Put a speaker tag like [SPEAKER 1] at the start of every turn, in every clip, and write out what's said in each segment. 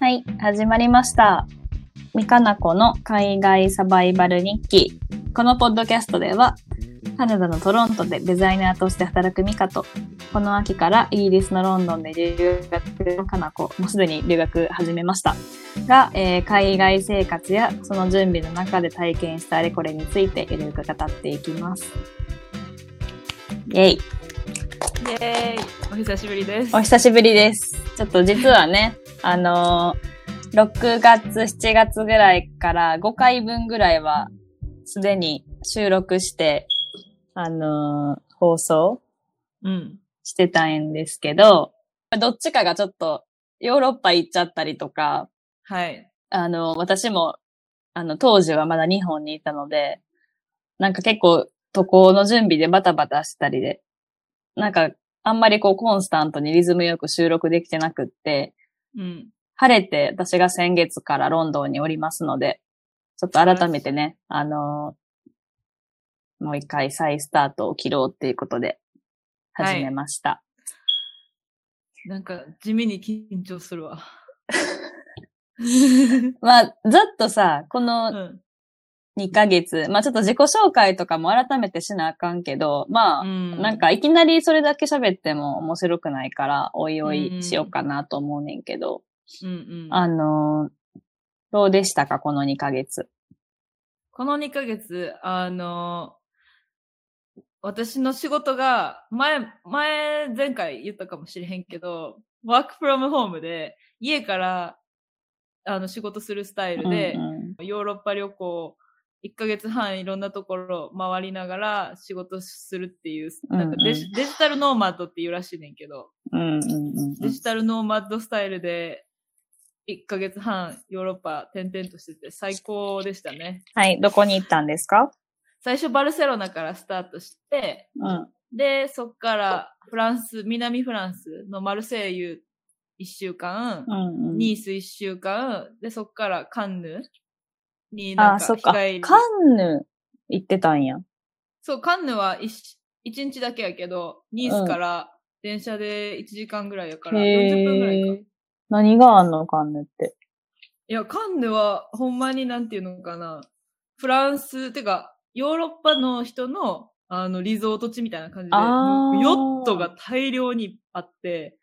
[SPEAKER 1] はい、始まりました。みかなこの海外サバイバル日記。このポッドキャストでは、カナダのトロントでデザイナーとして働くミカと、この秋からイギリスのロンドンで留学のかなこ、もうすでに留学始めました。が、えー海外生活やその準備の中で体験したあれこれについてゆるく語っていきます。イェイ。
[SPEAKER 2] イエーイお久しぶりです。
[SPEAKER 1] お久しぶりです。ちょっと実はね、あのー6月、7月ぐらいから5回分ぐらいは、すでに収録して、あのー放送
[SPEAKER 2] うん。
[SPEAKER 1] してたんですけど、どっちかがちょっとヨーロッパ行っちゃったりとか、
[SPEAKER 2] はい。
[SPEAKER 1] あの、私も、あの、当時はまだ日本にいたので、なんか結構渡航の準備でバタバタしたりで、なんかあんまりこうコンスタントにリズムよく収録できてなくって、
[SPEAKER 2] うん。
[SPEAKER 1] 晴れて私が先月からロンドンにおりますので、ちょっと改めてね、あのもう一回再スタートを切ろうっていうことで
[SPEAKER 2] はい
[SPEAKER 1] 始めました。
[SPEAKER 2] なんか、地味に緊張する わ。
[SPEAKER 1] まあ、ざっとさ、こ
[SPEAKER 2] う
[SPEAKER 1] の
[SPEAKER 2] ん。
[SPEAKER 1] 2ヶ月、まあちょっと自己紹介とかも改めてしなあかんけど、まあ、
[SPEAKER 2] うん
[SPEAKER 1] なん、かいきなりそれだけ喋っても面白くないから、おいお
[SPEAKER 2] う
[SPEAKER 1] い
[SPEAKER 2] ん
[SPEAKER 1] しようかなと思うねんけど、
[SPEAKER 2] うんうん、
[SPEAKER 1] あのーどうでしたかこの2ヶ月。
[SPEAKER 2] この2ヶ月、あの私の仕事が、前、前、前回言ったかもしれへんけど、ワークフロムホームで、家から、あの、仕事するスタイルで、
[SPEAKER 1] うん
[SPEAKER 2] ヨーロッパ旅行、1ヶ月半いろんなところ回りながら仕事するっていう、なんかデジ,、
[SPEAKER 1] うん
[SPEAKER 2] デジタルノーマッドっていうらしいねんけど、
[SPEAKER 1] うん、うんうんうん
[SPEAKER 2] デジタルノーマッドスタイルで、1ヶ月半ヨーロッパ転々としてて最高でしたね。
[SPEAKER 1] はい、どこに行ったんですか
[SPEAKER 2] 最初バルセロナからスタートして、
[SPEAKER 1] うん。
[SPEAKER 2] で、そっからフランス、南フランスのマルセイユ1週間、
[SPEAKER 1] うんうん、
[SPEAKER 2] ニース1週間、で、そっからカンヌに
[SPEAKER 1] あ
[SPEAKER 2] なん
[SPEAKER 1] あ、
[SPEAKER 2] か
[SPEAKER 1] そっか。
[SPEAKER 2] 日帰り
[SPEAKER 1] カンヌ行ってたんや。
[SPEAKER 2] そう、カンヌは一一日だけやけど、ニースから電車で1時間ぐらいやから、40分ぐらいか。
[SPEAKER 1] ー何があんのカンヌって。
[SPEAKER 2] いや、カンヌはほんまになんていうのかな。フランス、てか、ヨーロッパの人の、あの、リゾート地みたいな感じで、
[SPEAKER 1] あー
[SPEAKER 2] もうヨットが大量にあって、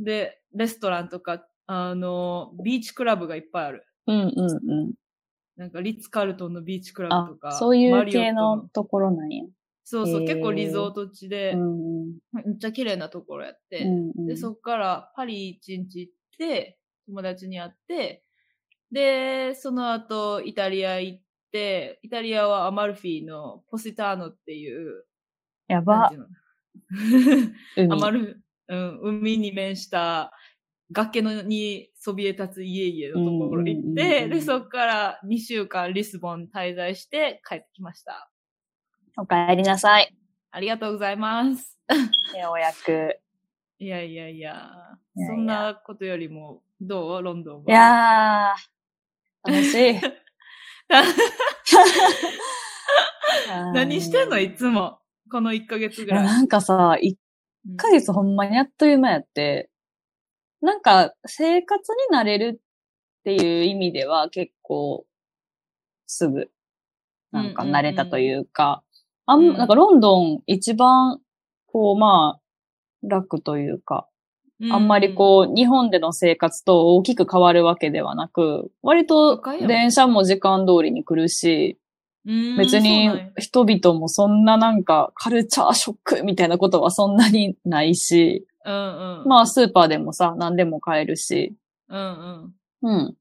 [SPEAKER 2] で、レストランとか、あの、ビーチクラブがいっぱいある。
[SPEAKER 1] うんうんうん。
[SPEAKER 2] なんか、リッツ・カールトンのビーチクラ
[SPEAKER 1] あ
[SPEAKER 2] ブとか。、
[SPEAKER 1] そうい
[SPEAKER 2] マ
[SPEAKER 1] う
[SPEAKER 2] リオッ
[SPEAKER 1] 系
[SPEAKER 2] ト
[SPEAKER 1] の。ところなんや。
[SPEAKER 2] そうそう、
[SPEAKER 1] へー
[SPEAKER 2] 結構リゾート地で、
[SPEAKER 1] うんうん
[SPEAKER 2] めっちゃ綺麗なところやって。
[SPEAKER 1] うんうん
[SPEAKER 2] で、そっからパリ1日行って、友達に会って、で、その後イタリア行って、イタリアはアマルフィのポセターノっていう、
[SPEAKER 1] や
[SPEAKER 2] なん
[SPEAKER 1] ば
[SPEAKER 2] て。いうのア
[SPEAKER 1] 海
[SPEAKER 2] マルフ、うん、海に面した崖のにそびえ立つ家々のところ行
[SPEAKER 1] うんうん
[SPEAKER 2] っ
[SPEAKER 1] うんう
[SPEAKER 2] て、
[SPEAKER 1] ん
[SPEAKER 2] で、そっから2週間リスボン滞在して帰ってきました。
[SPEAKER 1] お帰りなさい。
[SPEAKER 2] ありがとうございます。
[SPEAKER 1] ようやく。
[SPEAKER 2] いやいやいや、
[SPEAKER 1] いやいや
[SPEAKER 2] そんなことよりも、どうロンドンは。
[SPEAKER 1] いやー、楽しい。
[SPEAKER 2] 何してんの
[SPEAKER 1] い
[SPEAKER 2] いつも。この1ヶ月ぐ
[SPEAKER 1] や、
[SPEAKER 2] らい。
[SPEAKER 1] なんかさ、1
[SPEAKER 2] 1
[SPEAKER 1] ヶ月ほんまにあっという間やって、なんか生活になれるっていう意味では結構すぐ、なんか慣れたというか、あん、
[SPEAKER 2] うん
[SPEAKER 1] なんかロンドン一番、こうまあ、楽というか、あんまりこう、日本での生活と大きく変わるわけではなく、割
[SPEAKER 2] 都
[SPEAKER 1] と
[SPEAKER 2] 会やもん
[SPEAKER 1] 電車も時間通りに来るし、
[SPEAKER 2] うん、
[SPEAKER 1] 別に人々もそんななんかカルチャーショックみたいなことはそんなにないし、
[SPEAKER 2] うんうん。
[SPEAKER 1] まあスーパーでもさ、何でも買えるし、
[SPEAKER 2] うんうん。
[SPEAKER 1] うん。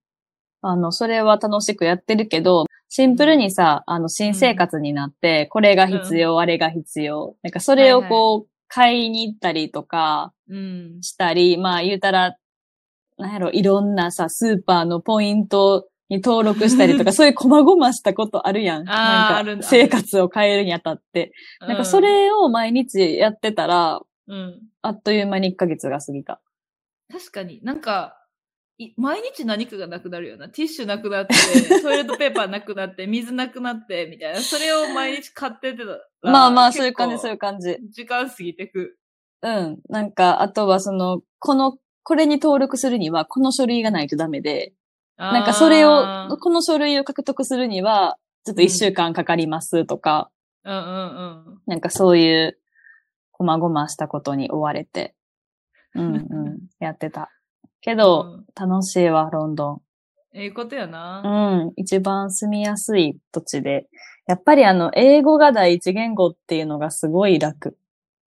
[SPEAKER 1] あの、それは楽しくやってるけど、シンプルにさ、あの、新生活になって、これが必要、あれが必要。なんかそれをこう、買いに行ったりとか、
[SPEAKER 2] うん。
[SPEAKER 1] したり、まあ言うたら、なんやろ、いろんなさ、スーパーのポイントに登録したりと か、そういう細々したことあるやん。
[SPEAKER 2] あーあ
[SPEAKER 1] な
[SPEAKER 2] る
[SPEAKER 1] ん
[SPEAKER 2] ん
[SPEAKER 1] か
[SPEAKER 2] だ
[SPEAKER 1] 生活を変えるにあたって。なんかそれを毎日やってたら、
[SPEAKER 2] うん、うん。
[SPEAKER 1] あっという間に1ヶ月が過ぎた。
[SPEAKER 2] 確かになんか、い毎日何かがなくなるよな。ティッシュなくな って、トイレットペーパーなくなって、水なくなって、みたいな。それを毎日買っててたら。
[SPEAKER 1] まあまあ、
[SPEAKER 2] 結
[SPEAKER 1] そういう感じ、
[SPEAKER 2] 構
[SPEAKER 1] そういう感じ。
[SPEAKER 2] 時間過ぎてく。
[SPEAKER 1] うん。なんか、あとはその、このこれに登録するには、この書類がないとダメで、なんかそれ
[SPEAKER 2] あー
[SPEAKER 1] を、この書類を獲得するには、ちょっと一週間かかりますとか、
[SPEAKER 2] うんうんうん。
[SPEAKER 1] なんかそういう、こまごましたことに追われて、うん うん、やってた。けど、
[SPEAKER 2] うん
[SPEAKER 1] 楽しいわ、ロンドン。
[SPEAKER 2] ええことや
[SPEAKER 1] う
[SPEAKER 2] な。
[SPEAKER 1] ん、一番住みやすい土地で。やっぱりあの、英語が第一言語っていうのがすごい楽。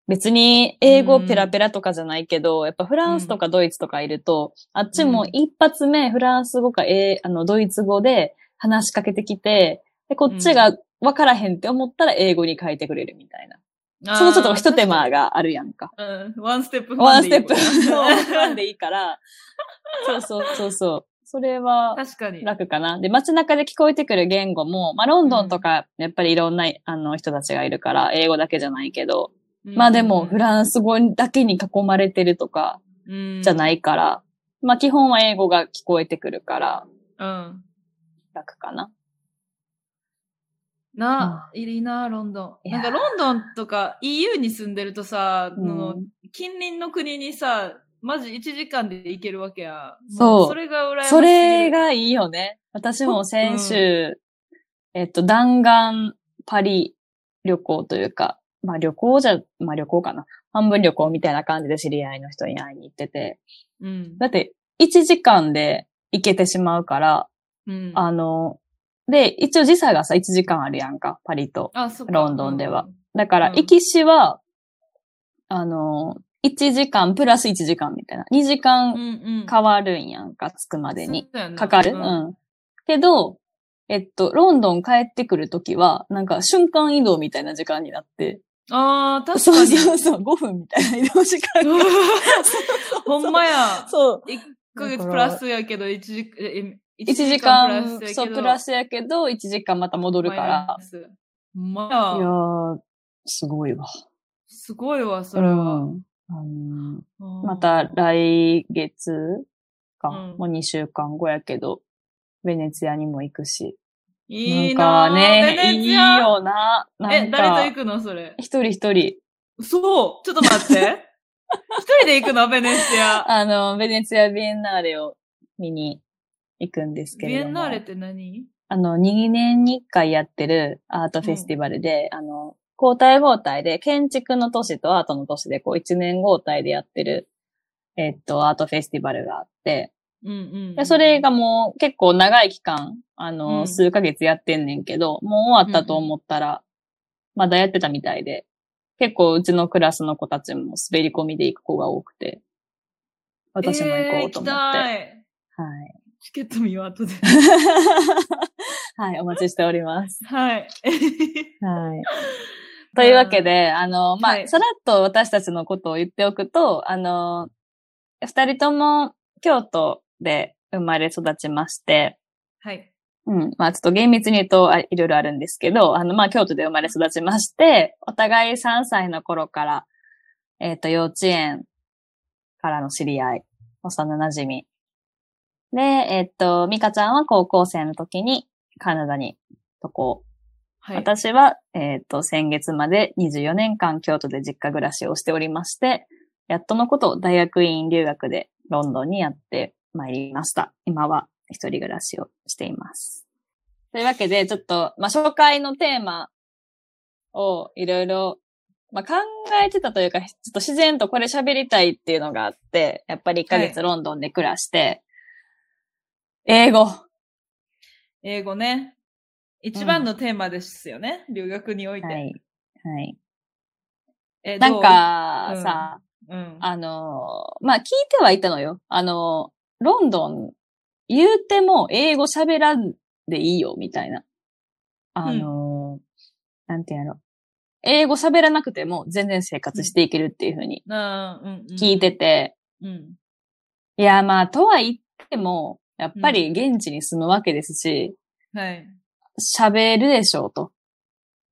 [SPEAKER 1] 別に英語ペラペラとかじゃないけど、やっぱフランスとかドイツとかいると、あっちも一発目フランス語か、えーあの、ドイツ語で話しかけてきて、で、こっちがわからへんって思ったら英語に変えてくれるみたいな。そのちょっと一手間
[SPEAKER 2] が。
[SPEAKER 1] があるやんか。
[SPEAKER 2] うん。ワンステップ
[SPEAKER 1] ワンステップ
[SPEAKER 2] 踏
[SPEAKER 1] 踏
[SPEAKER 2] ん
[SPEAKER 1] ん
[SPEAKER 2] でい
[SPEAKER 1] で
[SPEAKER 2] い
[SPEAKER 1] いいから。そうそうそうそう。それは
[SPEAKER 2] もんな確かに。。
[SPEAKER 1] 楽かな。で、街中で聞こえてくる言語も、まあ、ロンドンとか、やっぱりいろんな、あの、人たちがいるから、英語だけじゃないけど、まあでも、フランス語だけに囲まれてるとか、じゃないいから、まあ、基本は英語が聞こえてくるから、
[SPEAKER 2] うん。
[SPEAKER 1] 楽かな。
[SPEAKER 2] な、いいな、ロンドン。
[SPEAKER 1] い
[SPEAKER 2] な
[SPEAKER 1] や
[SPEAKER 2] ん
[SPEAKER 1] ー
[SPEAKER 2] かロンドンとか EU に住んでるとさ、あの
[SPEAKER 1] うん
[SPEAKER 2] 近隣の国にさ、マジ1時間で行けるわけや。も
[SPEAKER 1] そう
[SPEAKER 2] それが羨ましい。
[SPEAKER 1] それ、がいいよね。私も先週、えっと、弾丸パリ旅行というか、まあ旅行じゃ、まあ旅行かな。半分旅行みたいな感じで知り合いの人に会いに行ってて。
[SPEAKER 2] うん。
[SPEAKER 1] だって、1時間で行けてしまうから、
[SPEAKER 2] うん、
[SPEAKER 1] あの、で、一応時差がさ、1時間あるやんか、パリと。
[SPEAKER 2] あ、そっか
[SPEAKER 1] ロンドンでは。だから、
[SPEAKER 2] うん
[SPEAKER 1] 行きしは、あの、1時間プラス1時間みたいな。2時
[SPEAKER 2] うん
[SPEAKER 1] 間
[SPEAKER 2] うん。
[SPEAKER 1] 変わるんやんか、着くまでに。
[SPEAKER 2] そうだよな
[SPEAKER 1] かかる、
[SPEAKER 2] う
[SPEAKER 1] うんん、けど、えっと、ロンドン帰ってくるときは、なんか瞬間移動みたいな時間になって、
[SPEAKER 2] ああ、確
[SPEAKER 1] そ
[SPEAKER 2] か
[SPEAKER 1] う
[SPEAKER 2] に。
[SPEAKER 1] そうそう、5分みたいな移動時間が。
[SPEAKER 2] ほんま や。
[SPEAKER 1] そう。
[SPEAKER 2] 1ヶ月プラスやけど、1時え
[SPEAKER 1] 1
[SPEAKER 2] 一
[SPEAKER 1] 時
[SPEAKER 2] 時
[SPEAKER 1] 間、そう、プラ
[SPEAKER 2] ス
[SPEAKER 1] スやけど、1時間また戻
[SPEAKER 2] やけ
[SPEAKER 1] る
[SPEAKER 2] ど
[SPEAKER 1] から
[SPEAKER 2] マイナ。スほんま
[SPEAKER 1] いや
[SPEAKER 2] や。
[SPEAKER 1] ー、すごいわ。
[SPEAKER 2] すごいわ、それ
[SPEAKER 1] う
[SPEAKER 2] は。
[SPEAKER 1] ん。あのー
[SPEAKER 2] ま
[SPEAKER 1] また来月か、
[SPEAKER 2] うん
[SPEAKER 1] もう2週間後やけど、ベネツィアにも行くし。
[SPEAKER 2] いい
[SPEAKER 1] な
[SPEAKER 2] なん
[SPEAKER 1] か
[SPEAKER 2] ぁ
[SPEAKER 1] ね、
[SPEAKER 2] ベネ
[SPEAKER 1] いい
[SPEAKER 2] チア
[SPEAKER 1] よな。なん
[SPEAKER 2] え、誰と行
[SPEAKER 1] か、
[SPEAKER 2] くのそれ。
[SPEAKER 1] 一人一人。
[SPEAKER 2] そうちょっと待って。 一人で行くのベネチア。
[SPEAKER 1] あの、ベネツィア・ビエンナーレを見に行くんですけ
[SPEAKER 2] ビ
[SPEAKER 1] れ
[SPEAKER 2] エ
[SPEAKER 1] ども。
[SPEAKER 2] ンナーレって何
[SPEAKER 1] あの、2年に1回やってるアートフェスティバルで、あの、交代交代で、建築の都市とアートの都市で、こう、1年交代でやってる、えっと、アートフェスティバルがあって、
[SPEAKER 2] うんうん。
[SPEAKER 1] でそれがもう結構長い期間、あの、
[SPEAKER 2] うん
[SPEAKER 1] 数ヶ月やってんねんけど、もう終わったと思ったら、まだやってたみたいで、結構うちのクラスの子たちも滑り込みで行く子が多くて、私も行こうと思
[SPEAKER 2] えー
[SPEAKER 1] っ
[SPEAKER 2] 行
[SPEAKER 1] て。
[SPEAKER 2] きた
[SPEAKER 1] は
[SPEAKER 2] い。
[SPEAKER 1] い。
[SPEAKER 2] チケット見よう、後で。
[SPEAKER 1] はい、お 待ちしております。
[SPEAKER 2] はい。
[SPEAKER 1] はい。というわけで、あの、まあ、
[SPEAKER 2] はい
[SPEAKER 1] さらっと私たちのことを言っておくと、あの、二人とも京都で生まれ育ちまして、
[SPEAKER 2] はい。
[SPEAKER 1] うん。まあ、ちょっと厳密に言うと、あいろいろあるんですけど、あの、まあ、京都で生まれ育ちまして、お互い3歳の頃から、えっ、と、幼稚園からの知り合い、幼馴染み。で、えっ、と、美香ちゃんは高校生の時にカナダに渡航。
[SPEAKER 2] はい。
[SPEAKER 1] 私は、えっ、と、先月まで24年間京都で実家暮らしをしておりまして、やっとのこと大学院留学でロンドンにやってまいりました。今は一人暮らしをしています。というわけで、ちょっと、まあ、紹介のテーマをいろいろ、まあ、考えてたというか、ちょっと自然とこれ喋りたいっていうのがあって、やっぱり1ヶ月ロンドンで暮らして、英語。
[SPEAKER 2] 英語ね。一番のテーマですよね。留学において。
[SPEAKER 1] はい。はい。
[SPEAKER 2] え
[SPEAKER 1] なん、か、
[SPEAKER 2] うん
[SPEAKER 1] さ、
[SPEAKER 2] どううん。
[SPEAKER 1] あのー、まあ、聞いてはいたのよ。あのー、ロンドン、言うても英語喋らんでいいよ、みたいな。あのー、なんていうんやろ。英語喋らなくても全然生活していけるっていうふうに
[SPEAKER 2] なあ、うん、うん。
[SPEAKER 1] 聞いてて。
[SPEAKER 2] うん。
[SPEAKER 1] いや、まあ、とは言っても、やっぱり現地に住むわけですし、
[SPEAKER 2] はい。
[SPEAKER 1] 喋るでしょうと。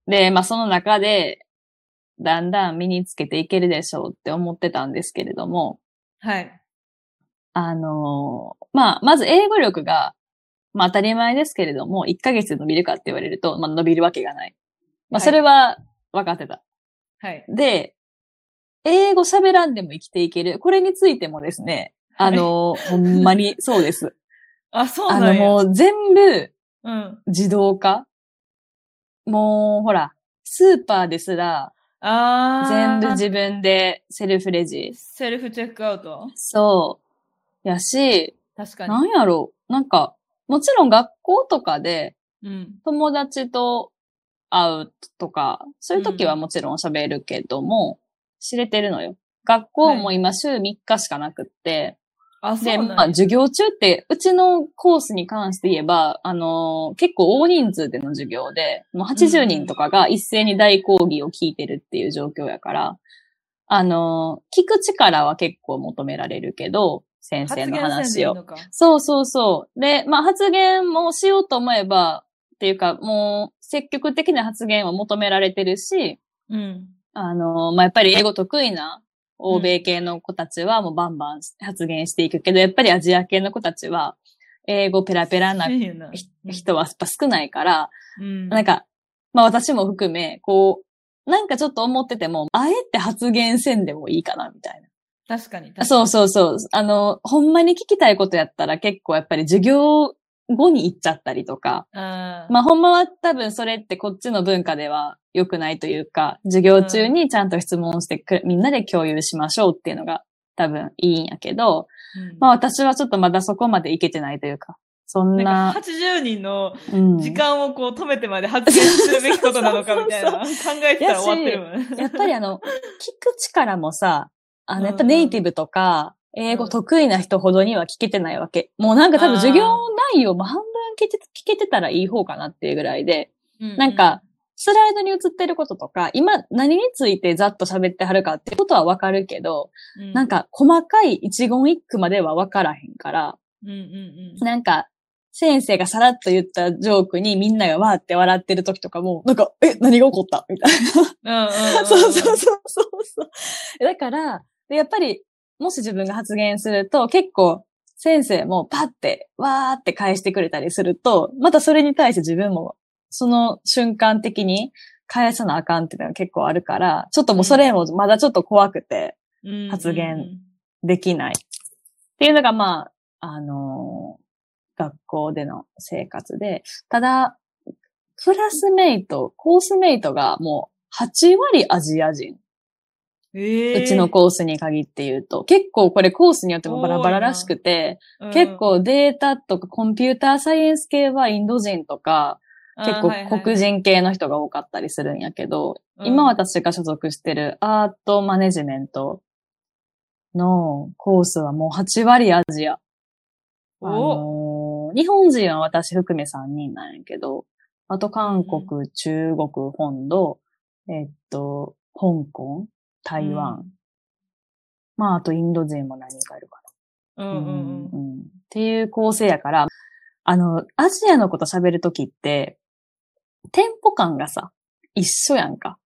[SPEAKER 1] で、まあその中で、だんだん身につけていけるでしょうって思ってたんですけれども、
[SPEAKER 2] はい。
[SPEAKER 1] あのーまあ、まず英語力が、まあ当たり前ですけれども、1ヶ月で伸びるかって言われると、まあ伸びるわけがない。ま
[SPEAKER 2] は
[SPEAKER 1] あ
[SPEAKER 2] い
[SPEAKER 1] それは分かってた。
[SPEAKER 2] はい。
[SPEAKER 1] で、英語喋らんでも生きていける。これについてもですね、あの、ほんまに、そうです。
[SPEAKER 2] あ、 そう
[SPEAKER 1] あ
[SPEAKER 2] な
[SPEAKER 1] の、
[SPEAKER 2] んや。
[SPEAKER 1] もう全部
[SPEAKER 2] うん。
[SPEAKER 1] 自動化もう、ほら、スーパーですら、
[SPEAKER 2] あ
[SPEAKER 1] 全
[SPEAKER 2] ー。
[SPEAKER 1] 部自分でセルフレジ。
[SPEAKER 2] セルフチェックアウト
[SPEAKER 1] そう。やし、
[SPEAKER 2] 確か
[SPEAKER 1] なんやろう。なんか、もちろん学校とかで
[SPEAKER 2] に。うん。
[SPEAKER 1] 友達と会うとか、そういう時はもちろん喋るけども、知れてるのよ。学校も今週3日しかなくって、
[SPEAKER 2] あ、そう
[SPEAKER 1] で、
[SPEAKER 2] なんや。
[SPEAKER 1] まあ授業中って、うちのコースに関して言えば、あのー結構大人数での授業で、もう80人とかが一斉に大講義を聞いてるっていう状況やから、あのー聞く力は結構求められるけど、先生の
[SPEAKER 2] 発言せんで
[SPEAKER 1] 話
[SPEAKER 2] いい
[SPEAKER 1] を。
[SPEAKER 2] のか。
[SPEAKER 1] そうそうそう。で、まあ発言もしようと思えば、っていうか、もう積極的な発言は求められてるし、
[SPEAKER 2] うん。
[SPEAKER 1] あの、まあやっぱり英語得意な欧米系の子たちはもうバンバン発言していくけど、やっぱりアジア系の子たちは、英語ペラペラな
[SPEAKER 2] そういうの
[SPEAKER 1] ひ人はやっぱ少ないから、
[SPEAKER 2] うん。
[SPEAKER 1] なんか、まあ私も含め、こう、なんかちょっと思ってても、あえて発言せんでもいいかな、みたいな。
[SPEAKER 2] 確かに。確かに
[SPEAKER 1] そうそうそう。あの、ほんまに聞きたいことやったら結構やっぱり授業後に行っちゃったりとか。
[SPEAKER 2] あー
[SPEAKER 1] まあほんまは多分それってこっちの文化では良くないというか、授業中にちゃんと質問してくれみんなで共有しましょうっていうのが多分いいんやけど、
[SPEAKER 2] うん
[SPEAKER 1] まあ私はちょっとまだそこまでいけてないというか、そん
[SPEAKER 2] なん
[SPEAKER 1] な
[SPEAKER 2] か、80人の
[SPEAKER 1] うん
[SPEAKER 2] 時間をこう止めてまで発言するべきことなのかみたいな
[SPEAKER 1] そ
[SPEAKER 2] 考えてたら終わってるもん。
[SPEAKER 1] やっぱりあの、聞く力もさ、あ
[SPEAKER 2] うん
[SPEAKER 1] の、やっぱネイティブとか、英語得意な人ほどには聞けてないわけ。もうなんか多分授業内容も半分聞けて聞けてたらいい方かなっていうぐらいで、
[SPEAKER 2] う
[SPEAKER 1] なんか、スライドに映ってることとか、今何についてざっと喋ってはるかってことはわかるけど、
[SPEAKER 2] う
[SPEAKER 1] なん、か細かい一言一句まではわからへんから、
[SPEAKER 2] うんうんうん
[SPEAKER 1] なんか、先生がさらっと言ったジョークにみんながわーって笑ってる時とかも、なんか、え、何が起こったみたいな。
[SPEAKER 2] うんうんうん。
[SPEAKER 1] そうそうそうそうそう。だから、でやっぱり、もし自分が発言すると、結構、先生もパッて、わーって返してくれたりすると、またそれに対して自分も、その瞬間的に返さなあかんっていうのが結構あるから、ちょっともうそれもまだちょっと怖くて、
[SPEAKER 2] うんうんうん
[SPEAKER 1] 発言。できない。っていうのが、まあ、あのー学校での生活で、ただ、クラスメイト、コースメイトがもう8割アジア人。
[SPEAKER 2] ええ
[SPEAKER 1] うちのコースに限って言うと、結構これコースによってもバラバラらしくて、結構データとかコンピューターサイエンス系はインド人とか、結構黒人系の人が多かったりするんやけど、今
[SPEAKER 2] は、
[SPEAKER 1] 私が所属してるアートマネジメントのコースはもう8割アジア。あ
[SPEAKER 2] お
[SPEAKER 1] のー日本人は私含め3人なんやけど、あと韓国、中国、本土、えっと、香港、台湾、まあ、あとインド人も何人かいるか
[SPEAKER 2] う
[SPEAKER 1] な。
[SPEAKER 2] んうんうん。
[SPEAKER 1] うんうんっていう構成やから、あの、アジアのこと喋るときって、テンポ感がさ、一緒やんか。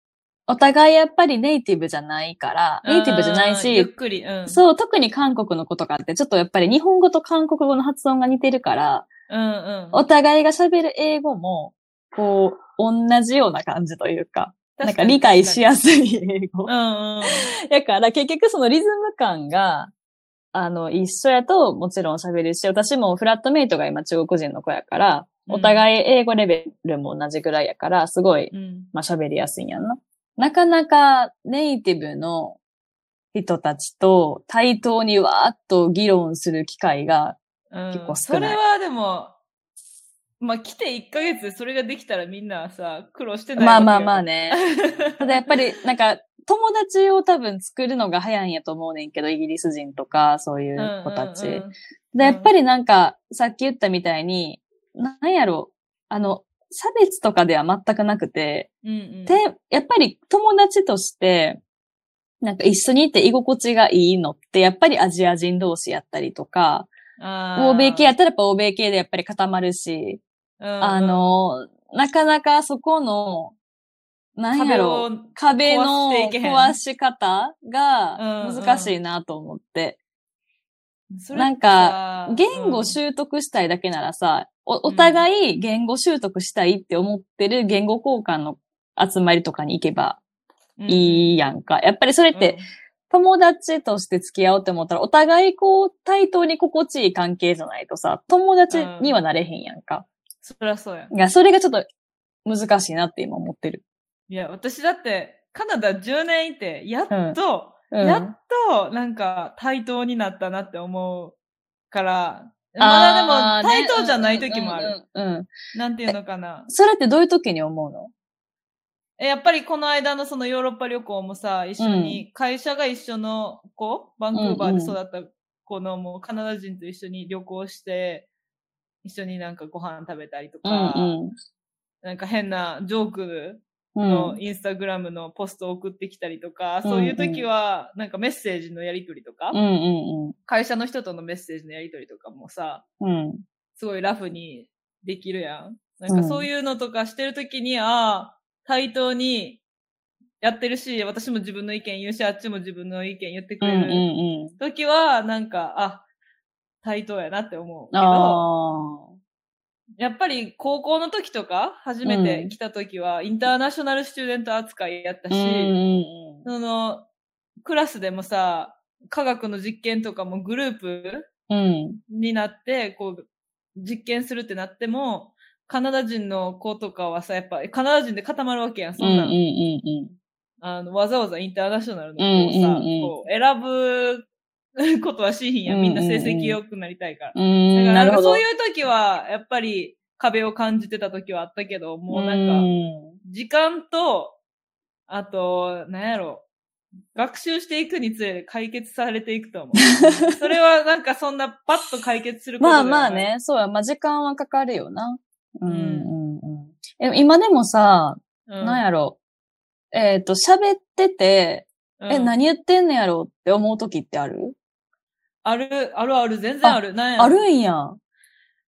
[SPEAKER 1] お互いやっぱりネイティブじゃないから、ネイティブじゃない
[SPEAKER 2] ゆっ
[SPEAKER 1] し、
[SPEAKER 2] くり、うん。う。
[SPEAKER 1] そう、特に韓国の子とかって、ちょっとやっぱり日本語と韓国語の発音が似てるから、
[SPEAKER 2] うんうん。
[SPEAKER 1] お互いが喋る英語も、こう、同じような感じというか、なんか理解し
[SPEAKER 2] や
[SPEAKER 1] やすい英語
[SPEAKER 2] う。んうん。
[SPEAKER 1] だから結局そのリズム感が、あの、一緒やともちろん喋るし、私もフラットメイトが今中国人の子やから、
[SPEAKER 2] うん
[SPEAKER 1] お互い英語レベルも同じぐらいやから、すごい、
[SPEAKER 2] うん。
[SPEAKER 1] まあ喋りやすいんやんな。なかなかネイティブの人たちと対等にわーっと議論する機会が、
[SPEAKER 2] 結
[SPEAKER 1] 結構
[SPEAKER 2] そ
[SPEAKER 1] 少ない
[SPEAKER 2] れはでも、まあ来て1ヶ月でそれができたらみんなさ、苦労してない
[SPEAKER 1] まあまあ
[SPEAKER 2] わけよ
[SPEAKER 1] まあ。ね。ただやっぱり、なんか、友達を多分作るのが早いんやと思うねんけど、イギリス人とか、そうい
[SPEAKER 2] うんうんう
[SPEAKER 1] うん子たち。
[SPEAKER 2] ん
[SPEAKER 1] で、やっぱりなんか、さっき言ったみたいに、なんやろ、あの、差別とかでは全くなくて、
[SPEAKER 2] うんうん
[SPEAKER 1] で、やっぱり友達として、なんか一緒にいて居心地がいいのって、やっぱりアジア人同士やったりとか、
[SPEAKER 2] あー
[SPEAKER 1] 欧米系やったらやっぱ欧米系でやっぱり固まるし、
[SPEAKER 2] うんうん
[SPEAKER 1] あの、なかなかそこの、なんやろ、壁の
[SPEAKER 2] 壊していけへん
[SPEAKER 1] 壊し方が
[SPEAKER 2] うんうん
[SPEAKER 1] 難しいなと思って。
[SPEAKER 2] 壁を
[SPEAKER 1] なんか
[SPEAKER 2] それってさ
[SPEAKER 1] 言語習得したいだけならさ、お、お互い言語習得したいって思ってる言語交換の集まりとかに行けば
[SPEAKER 2] うん
[SPEAKER 1] いいやんか。やっぱりそれって、友達として付き合おうって思ったら、お互いこう、対等に心地いい関係じゃないとさ、友達にはなれへんやんか。
[SPEAKER 2] そりゃそうやん。
[SPEAKER 1] いや、それがちょっと難しいなって今思ってる。
[SPEAKER 2] いや、私だって、カナダ10年いて、やっと、
[SPEAKER 1] うん
[SPEAKER 2] やっと、なんか、対等になったなって思うから、まだ
[SPEAKER 1] あー
[SPEAKER 2] でも、対等じゃない時もある。。
[SPEAKER 1] うんうんうんうんうん。
[SPEAKER 2] なんていうのかな。
[SPEAKER 1] それってどういう時に思うの
[SPEAKER 2] え、やっぱりこの間のそのヨーロッパ旅行もさ、一緒に、会社が一緒の子、バンクーバーで育った子の、もうカナダ人と一緒に旅行して、一緒になんかご飯食べたりと
[SPEAKER 1] う
[SPEAKER 2] か、
[SPEAKER 1] ん
[SPEAKER 2] なんか変なジョーク
[SPEAKER 1] うん。う
[SPEAKER 2] の
[SPEAKER 1] ん。
[SPEAKER 2] インスタグラムのポストを送ってきたりとか、
[SPEAKER 1] うん
[SPEAKER 2] そういう時は、なんかメッセージのやり取りとか、
[SPEAKER 1] うんうん
[SPEAKER 2] 会社の人とのメッセージのやり取りとかもさ、
[SPEAKER 1] うん。うん。
[SPEAKER 2] すごいラフにできるやん。なんかそういうのとかしてる時に、ああ、対等にやってるし、私も自分の意見言うし、あっちも自分の意見言ってく
[SPEAKER 1] うんう
[SPEAKER 2] れる
[SPEAKER 1] んうん。
[SPEAKER 2] 時は、なんか、あ、対等やなって思うけど、
[SPEAKER 1] ああ。
[SPEAKER 2] やっぱり高校の時とか、初めて来た時は、インターナショナルスチューデント扱いやったし、
[SPEAKER 1] うんうん
[SPEAKER 2] その、クラスでもさ、科学の実験とかもグループ
[SPEAKER 1] うん。うん。
[SPEAKER 2] になって、こう、実験するってなっても、カナダ人の子とかはさ、やっぱ、カナダ人で固まるわけやん、そ
[SPEAKER 1] うんうんんう
[SPEAKER 2] な、ん、
[SPEAKER 1] ん
[SPEAKER 2] あの、わざわざインターナショナルの子をさ、
[SPEAKER 1] うんうんうん
[SPEAKER 2] こう、選ぶことはしひんやん。みんな成績良くなりたいから。
[SPEAKER 1] うん。う
[SPEAKER 2] だ
[SPEAKER 1] ん。
[SPEAKER 2] から
[SPEAKER 1] なる
[SPEAKER 2] ん
[SPEAKER 1] ほ
[SPEAKER 2] か
[SPEAKER 1] ど。
[SPEAKER 2] そういう時は、やっぱり壁を感じてた時はあったけど、もうなんか、時間と、あと、なんやろ、学習していくにつれ解決されていくと思 う。それはなんかそんなパッと解決することで
[SPEAKER 1] ま
[SPEAKER 2] は
[SPEAKER 1] あま
[SPEAKER 2] な
[SPEAKER 1] あ
[SPEAKER 2] い。
[SPEAKER 1] ね、そうや。まあ時間はかかるよな。うんうんうん。え今でもさ、
[SPEAKER 2] うん。
[SPEAKER 1] なんやろ。えっと、喋ってて、
[SPEAKER 2] うん
[SPEAKER 1] え、何言ってんのやろって思う時ってある
[SPEAKER 2] ある、あるある、全然ある。なんやろ
[SPEAKER 1] あるんや。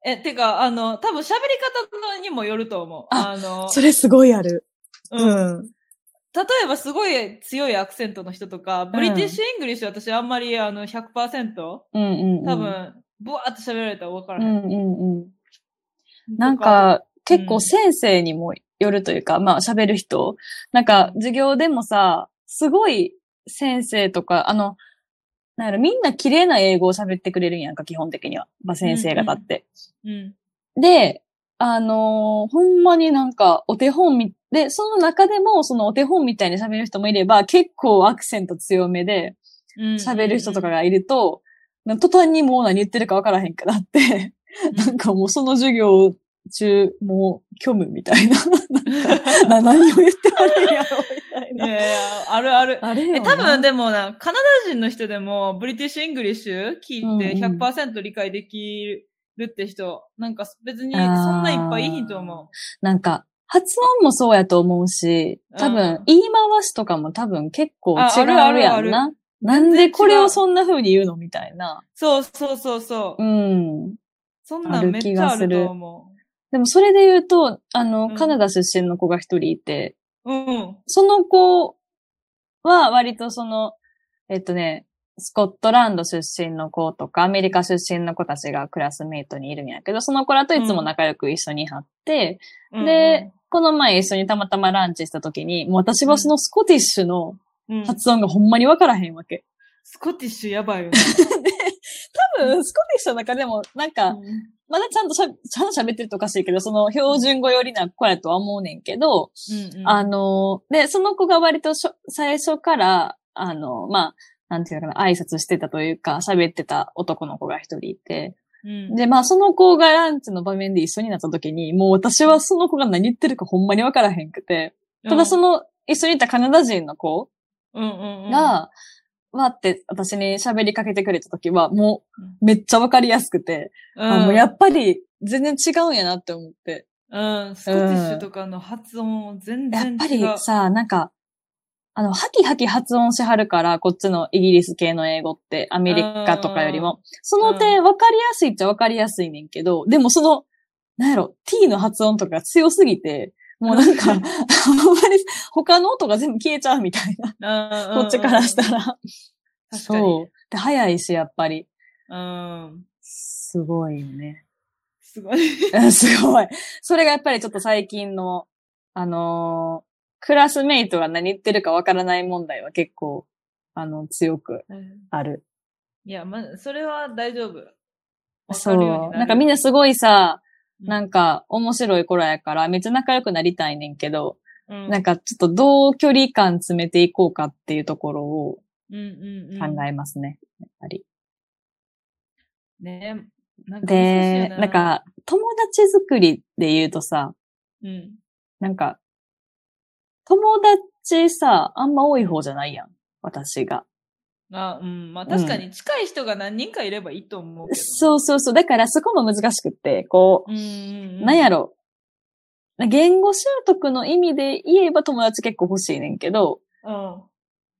[SPEAKER 2] え、てか、あの、多分喋り方にもよると思う。
[SPEAKER 1] あ
[SPEAKER 2] あの、
[SPEAKER 1] れすごいある。
[SPEAKER 2] うん。
[SPEAKER 1] ん。
[SPEAKER 2] 例えばすごい強いアクセントの人とか、ブリティッシュ・イングリッシュ私あんまりあの100%多
[SPEAKER 1] うんうんうん。
[SPEAKER 2] 分、ブワーって喋られたら分から
[SPEAKER 1] う
[SPEAKER 2] へ
[SPEAKER 1] ん
[SPEAKER 2] ん。
[SPEAKER 1] うんうん。なん、か、結構先生にもよるというか、まあ喋る人。なんか、授業でもさ、すごい先生とか、あの、なんやろ、みんな綺麗な英語を喋ってくれるんやんか、基本的には。まあ先生が立って。
[SPEAKER 2] うん。
[SPEAKER 1] で、あのーほんまになんか、お手本み、で、その中でも、そのお手本みたいに喋る人もいれば、結構アクセント強めで、
[SPEAKER 2] うん
[SPEAKER 1] 喋る人とか、がいると、なんか途端にもう何言ってるかわからへんくなって、
[SPEAKER 2] うん
[SPEAKER 1] なんかもうその授業中、もう虚無みた いな。な何を言ってはるんやろみたい
[SPEAKER 2] い
[SPEAKER 1] な。
[SPEAKER 2] やいや、あるある。
[SPEAKER 1] あれよ
[SPEAKER 2] え、
[SPEAKER 1] な
[SPEAKER 2] 多分、でもな、カナダ人の人でも、ブリティッシュ・イングリッシュ聞いて
[SPEAKER 1] うんうん
[SPEAKER 2] 100%理解できるって人、なんか別にそんないっぱいいいと思
[SPEAKER 1] なんか、発音もそうやと思うし、多
[SPEAKER 2] う
[SPEAKER 1] 分
[SPEAKER 2] ん、
[SPEAKER 1] 言い回しとかも多分結構
[SPEAKER 2] あ
[SPEAKER 1] 違
[SPEAKER 2] あるあ
[SPEAKER 1] う
[SPEAKER 2] る
[SPEAKER 1] や
[SPEAKER 2] あ
[SPEAKER 1] ん
[SPEAKER 2] る
[SPEAKER 1] な。なんでこれ
[SPEAKER 2] 全然違
[SPEAKER 1] を
[SPEAKER 2] う
[SPEAKER 1] そんな風に言うのみたいな
[SPEAKER 2] う。。そうそうそうそうう。
[SPEAKER 1] ん。
[SPEAKER 2] そんなんめっちゃあると思
[SPEAKER 1] でもそれで言うと、あの、
[SPEAKER 2] うん
[SPEAKER 1] カナダ出身の子が一人いて、
[SPEAKER 2] う。うん。
[SPEAKER 1] その子は割とその、えっとね、スコットランド出身の子とか、アメリカ出身の子たちがクラスメイトにいるんやけど、その子らといつも仲良く一緒に張って、
[SPEAKER 2] うん
[SPEAKER 1] で、この前一緒にたまたまランチした時に、もう私はそのスコティッシュの
[SPEAKER 2] うん、
[SPEAKER 1] 発音がほんまにわからへんわ け。
[SPEAKER 2] スコティッシュやばいよ
[SPEAKER 1] 多分、スコティッシュの中でも、なんか、
[SPEAKER 2] ね。
[SPEAKER 1] まだちゃんとしゃ、ちゃんと喋ってるとおかしいけど、その標準語よりな子やとは思うねんけど、
[SPEAKER 2] うんうん
[SPEAKER 1] あの、で、その子が割としょ最初から、あの、まあ、なんていうのかな、挨拶してたというか、喋ってた男の子が一人いて、
[SPEAKER 2] うん
[SPEAKER 1] で、まあ、その子がランチの場面で一緒になった時に、もう私はその子が何言ってるかほんまにわからへんくて、ただそ、の一緒にいたカナダ人の子
[SPEAKER 2] うんうんうん、
[SPEAKER 1] が、わーって私に喋りかけてくれた時は、もうめっちゃわかりやすくて、
[SPEAKER 2] うん、
[SPEAKER 1] あもうやっぱり全然違うんやなって思って。
[SPEAKER 2] うん、スコティッシュとかの発音全
[SPEAKER 1] やっ
[SPEAKER 2] 然
[SPEAKER 1] ぱ
[SPEAKER 2] 違う。
[SPEAKER 1] りさ、なんか、あの、ハキハキ発音しはるから、こっちのイギリス系の英語って、アメリカとかよりも。その点、わかりやすいっちゃわかりやすいねんけど、でもその、なんやろ、t の発音とか強すぎて、もうなんか、あんまり他の音が全部消えちゃうみたいな、
[SPEAKER 2] うん、
[SPEAKER 1] こっちからした
[SPEAKER 2] ら。
[SPEAKER 1] ら。
[SPEAKER 2] 確かに。
[SPEAKER 1] そう。で、早いし、やっぱり。
[SPEAKER 2] うん。
[SPEAKER 1] すごいよね。
[SPEAKER 2] すごい。
[SPEAKER 1] うん すごい。それがやっぱりちょっと最近の、あのークラスメイトが何言ってるかわからない問題は結構あの、強く
[SPEAKER 2] うん
[SPEAKER 1] ある。
[SPEAKER 2] いや、ま、それは大丈夫。
[SPEAKER 1] そう。なんかみん
[SPEAKER 2] な、
[SPEAKER 1] なすごいさ、なん
[SPEAKER 2] か、
[SPEAKER 1] か面白い子らやから、めっちゃ仲良くなりたいねんけど、
[SPEAKER 2] うん、
[SPEAKER 1] なんかちょっとどう距離感詰めていこうかっていうところを
[SPEAKER 2] うんうんうん、
[SPEAKER 1] 考えますね。やっぱり。
[SPEAKER 2] ねなんか
[SPEAKER 1] で、なん、か友達作りで言うとさ、
[SPEAKER 2] 難しいよね
[SPEAKER 1] なんか、友達さ、あんま多い方じゃないやん。私が。
[SPEAKER 2] うん。あ、うん。まあ確かに近い人が何人かいればいいと思うけど。
[SPEAKER 1] そうそうそう。だからそこも難しくって、こ
[SPEAKER 2] うんうんう
[SPEAKER 1] う、
[SPEAKER 2] ん。
[SPEAKER 1] なんやろ。言語習得の意味で言えば友達結構欲しいねんけど、
[SPEAKER 2] うん。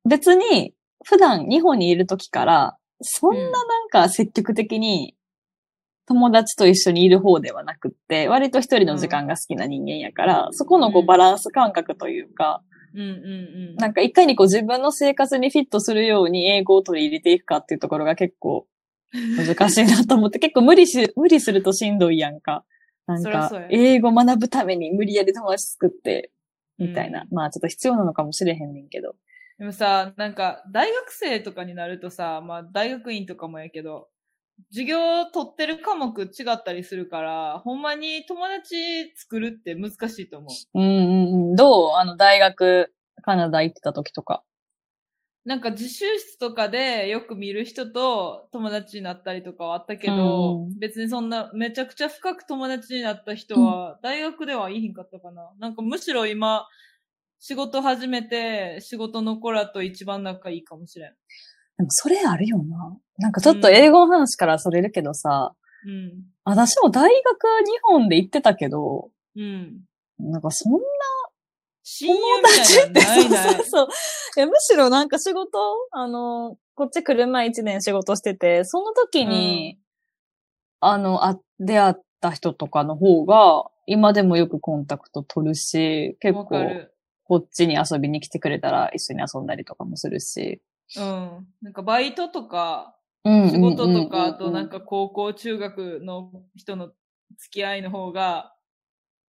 [SPEAKER 1] 別に普段日本にいる時から、そんななんか積極的に友達と一緒にいる方ではなくって、割と一人の時間が好きな人間やから、そこのこ
[SPEAKER 2] う
[SPEAKER 1] うんバランス感覚というか、
[SPEAKER 2] うんうんうん。
[SPEAKER 1] なんかいかにこう自分の生活にフィットするように英語を取り入れていくかっていうところが結構難しいなと思 って、結構無理し、無理するとしんどいやんか。なん
[SPEAKER 2] そりゃ
[SPEAKER 1] か
[SPEAKER 2] そうや、
[SPEAKER 1] 英語学ぶために無理やり友達作って、みたいな。
[SPEAKER 2] う
[SPEAKER 1] まあちょっと必要なのかもしれへんねんけど。
[SPEAKER 2] でもさ、なんか、大学生とかになるとさ、まあ、大学院とかもやけど、授業取ってる科目違ったりするから、ほんまに友達作るって難しいと思う。
[SPEAKER 1] うんうんうん。どうあの、大学、カナダ行ってた時とか。
[SPEAKER 2] なんか、自習室とかでよく見る人と友達になったりとかはあったけ
[SPEAKER 1] う
[SPEAKER 2] ど
[SPEAKER 1] ん、
[SPEAKER 2] 別にそんな、めちゃくちゃ深く友達になった人は、大学ではいいひんかったかな。なんか、むしろ今、仕事始めて、仕事の子らと一番仲いいかもしれん。
[SPEAKER 1] でも、それあるよな。なんかちょっと英語の話からそれるけどさ、
[SPEAKER 2] うん。
[SPEAKER 1] 私も大学日本で行ってたけど、
[SPEAKER 2] うん。
[SPEAKER 1] なんかそんな
[SPEAKER 2] 親友みたいなのないな
[SPEAKER 1] そ
[SPEAKER 2] い。
[SPEAKER 1] うそうそう。いやむしろなんか仕事、あの、こっち車一年仕事してて、その時に、あの、あ、出会った人とかの方が、今でもよくコンタクト取るし、結
[SPEAKER 2] わか
[SPEAKER 1] 構、
[SPEAKER 2] る。
[SPEAKER 1] こっちに遊びに来てくれたら一緒に遊んだりとかもするし。
[SPEAKER 2] うん。なんかバイトとか、
[SPEAKER 1] うん
[SPEAKER 2] 仕事とか、あとなん
[SPEAKER 1] か。
[SPEAKER 2] か高校、中学の人の付き合いの方が、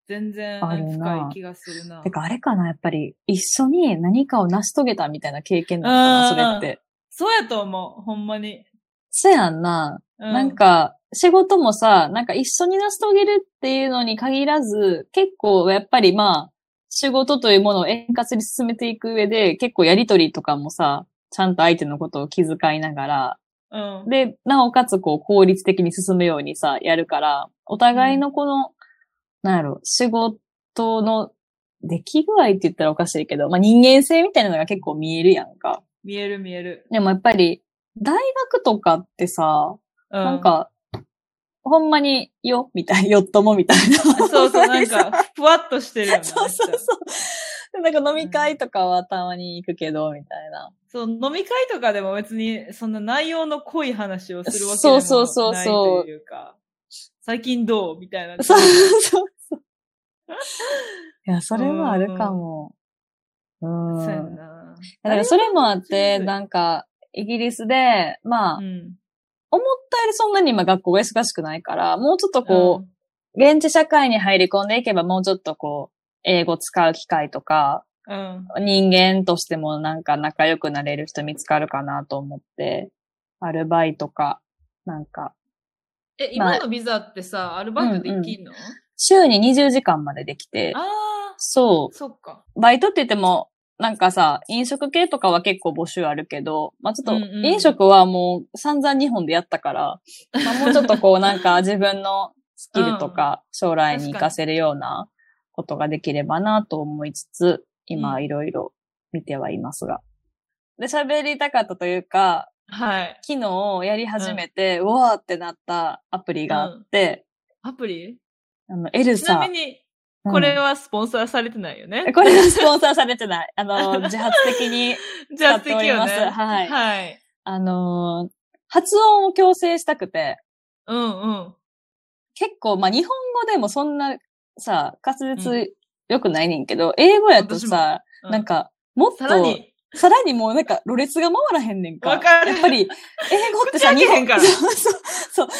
[SPEAKER 2] 全然
[SPEAKER 1] あるな
[SPEAKER 2] 深い気がするな。
[SPEAKER 1] てかあれかな、やっぱり、一緒に何かを成し遂げたみたいな経験なのかな、それって。
[SPEAKER 2] そうやと思う、ほんまに。
[SPEAKER 1] そうやんな。
[SPEAKER 2] う
[SPEAKER 1] なん、か、仕事もさ、なんか一緒に成し遂げるっていうのに限らず、結構やっぱりまあ、仕事というものを円滑に進めていく上で、結構やりとりとかもさ、ちゃんと相手のことを気遣いながら、
[SPEAKER 2] うん。
[SPEAKER 1] で、なおかつこう効率的に進むようにさ、やるから、お互いのこの、なんやろ、仕事の出来具合って言ったらおかしいけど、まあ人間性みたいなのが結構見えるやんか。
[SPEAKER 2] 見える見える。
[SPEAKER 1] でもやっぱり、大学とかってさ、
[SPEAKER 2] う
[SPEAKER 1] なん、か、ほんまに、よ、みたい、 よっともみたいな。
[SPEAKER 2] そうそう、 なんか、ふわっとしてるよな。
[SPEAKER 1] そうそう
[SPEAKER 2] めっちゃ
[SPEAKER 1] そう。なんか飲み会とかはたまに行くけど、みたいな。
[SPEAKER 2] そう、飲み会とかでも別に、そんな内容の濃い話をするわ
[SPEAKER 1] そ
[SPEAKER 2] けでもな
[SPEAKER 1] う
[SPEAKER 2] いと
[SPEAKER 1] そうそうそう
[SPEAKER 2] いうか、最近どうみたいな。
[SPEAKER 1] そうそうそう。いや、それはあるかも。うん。
[SPEAKER 2] そうや
[SPEAKER 1] だ
[SPEAKER 2] な。
[SPEAKER 1] からそれもあって、
[SPEAKER 2] 大学の時
[SPEAKER 1] なんか、イギリスで、まあ、
[SPEAKER 2] うん。
[SPEAKER 1] 思ったよりそんなに今学校が忙しくないから、もうちょっとこう、現地社会に入り込んでいけば、もうちょっとこう、英語使う機会とか、
[SPEAKER 2] うん。うん。
[SPEAKER 1] 人間としてもなんか仲良くなれる人見つかるかなと思って、アルバイトか、なんか、
[SPEAKER 2] え、
[SPEAKER 1] まあ
[SPEAKER 2] 今のビザってさ、アルバイトできんの、
[SPEAKER 1] 週に20時間までできて、
[SPEAKER 2] ああ、
[SPEAKER 1] そ
[SPEAKER 2] そっか。
[SPEAKER 1] う、バイトって言っても、なんかさ、飲食系とかは結構募集あるけど、まあちょっ
[SPEAKER 2] うん
[SPEAKER 1] と、
[SPEAKER 2] うん
[SPEAKER 1] 飲食はもう散々日本でやったから、まあもうちょっとこうなん か自分のスキルとか将来に活かせるようなことができればなと思いつつ、
[SPEAKER 2] う
[SPEAKER 1] 今
[SPEAKER 2] ん
[SPEAKER 1] いろいろ見てはいますが。で、喋りたかったというか、
[SPEAKER 2] はい。
[SPEAKER 1] 昨日やり始めて、うわーってなったアプリがあって、
[SPEAKER 2] アプリ
[SPEAKER 1] あの、エル
[SPEAKER 2] ちな
[SPEAKER 1] サ
[SPEAKER 2] み。に、
[SPEAKER 1] うん
[SPEAKER 2] これはスポンサーされてないよね。
[SPEAKER 1] これはスポンサーされてない。あ の、自発的に、
[SPEAKER 2] じゃあ、素敵
[SPEAKER 1] 使って
[SPEAKER 2] よね。
[SPEAKER 1] おりますはい
[SPEAKER 2] はい。
[SPEAKER 1] あのー発音を強制したくて、
[SPEAKER 2] うんうん。
[SPEAKER 1] 結構、まあ、日本語でもそんな、さ、滑舌良くないねんけど、英語やとさ、
[SPEAKER 2] う
[SPEAKER 1] なん、か、もっと、
[SPEAKER 2] さらに、
[SPEAKER 1] さらにもうなんか、ろれつが回らへんねんか。
[SPEAKER 2] わかる
[SPEAKER 1] やっぱり、英語ってさ、
[SPEAKER 2] 口開けへんから
[SPEAKER 1] そうそう、そう。英語っ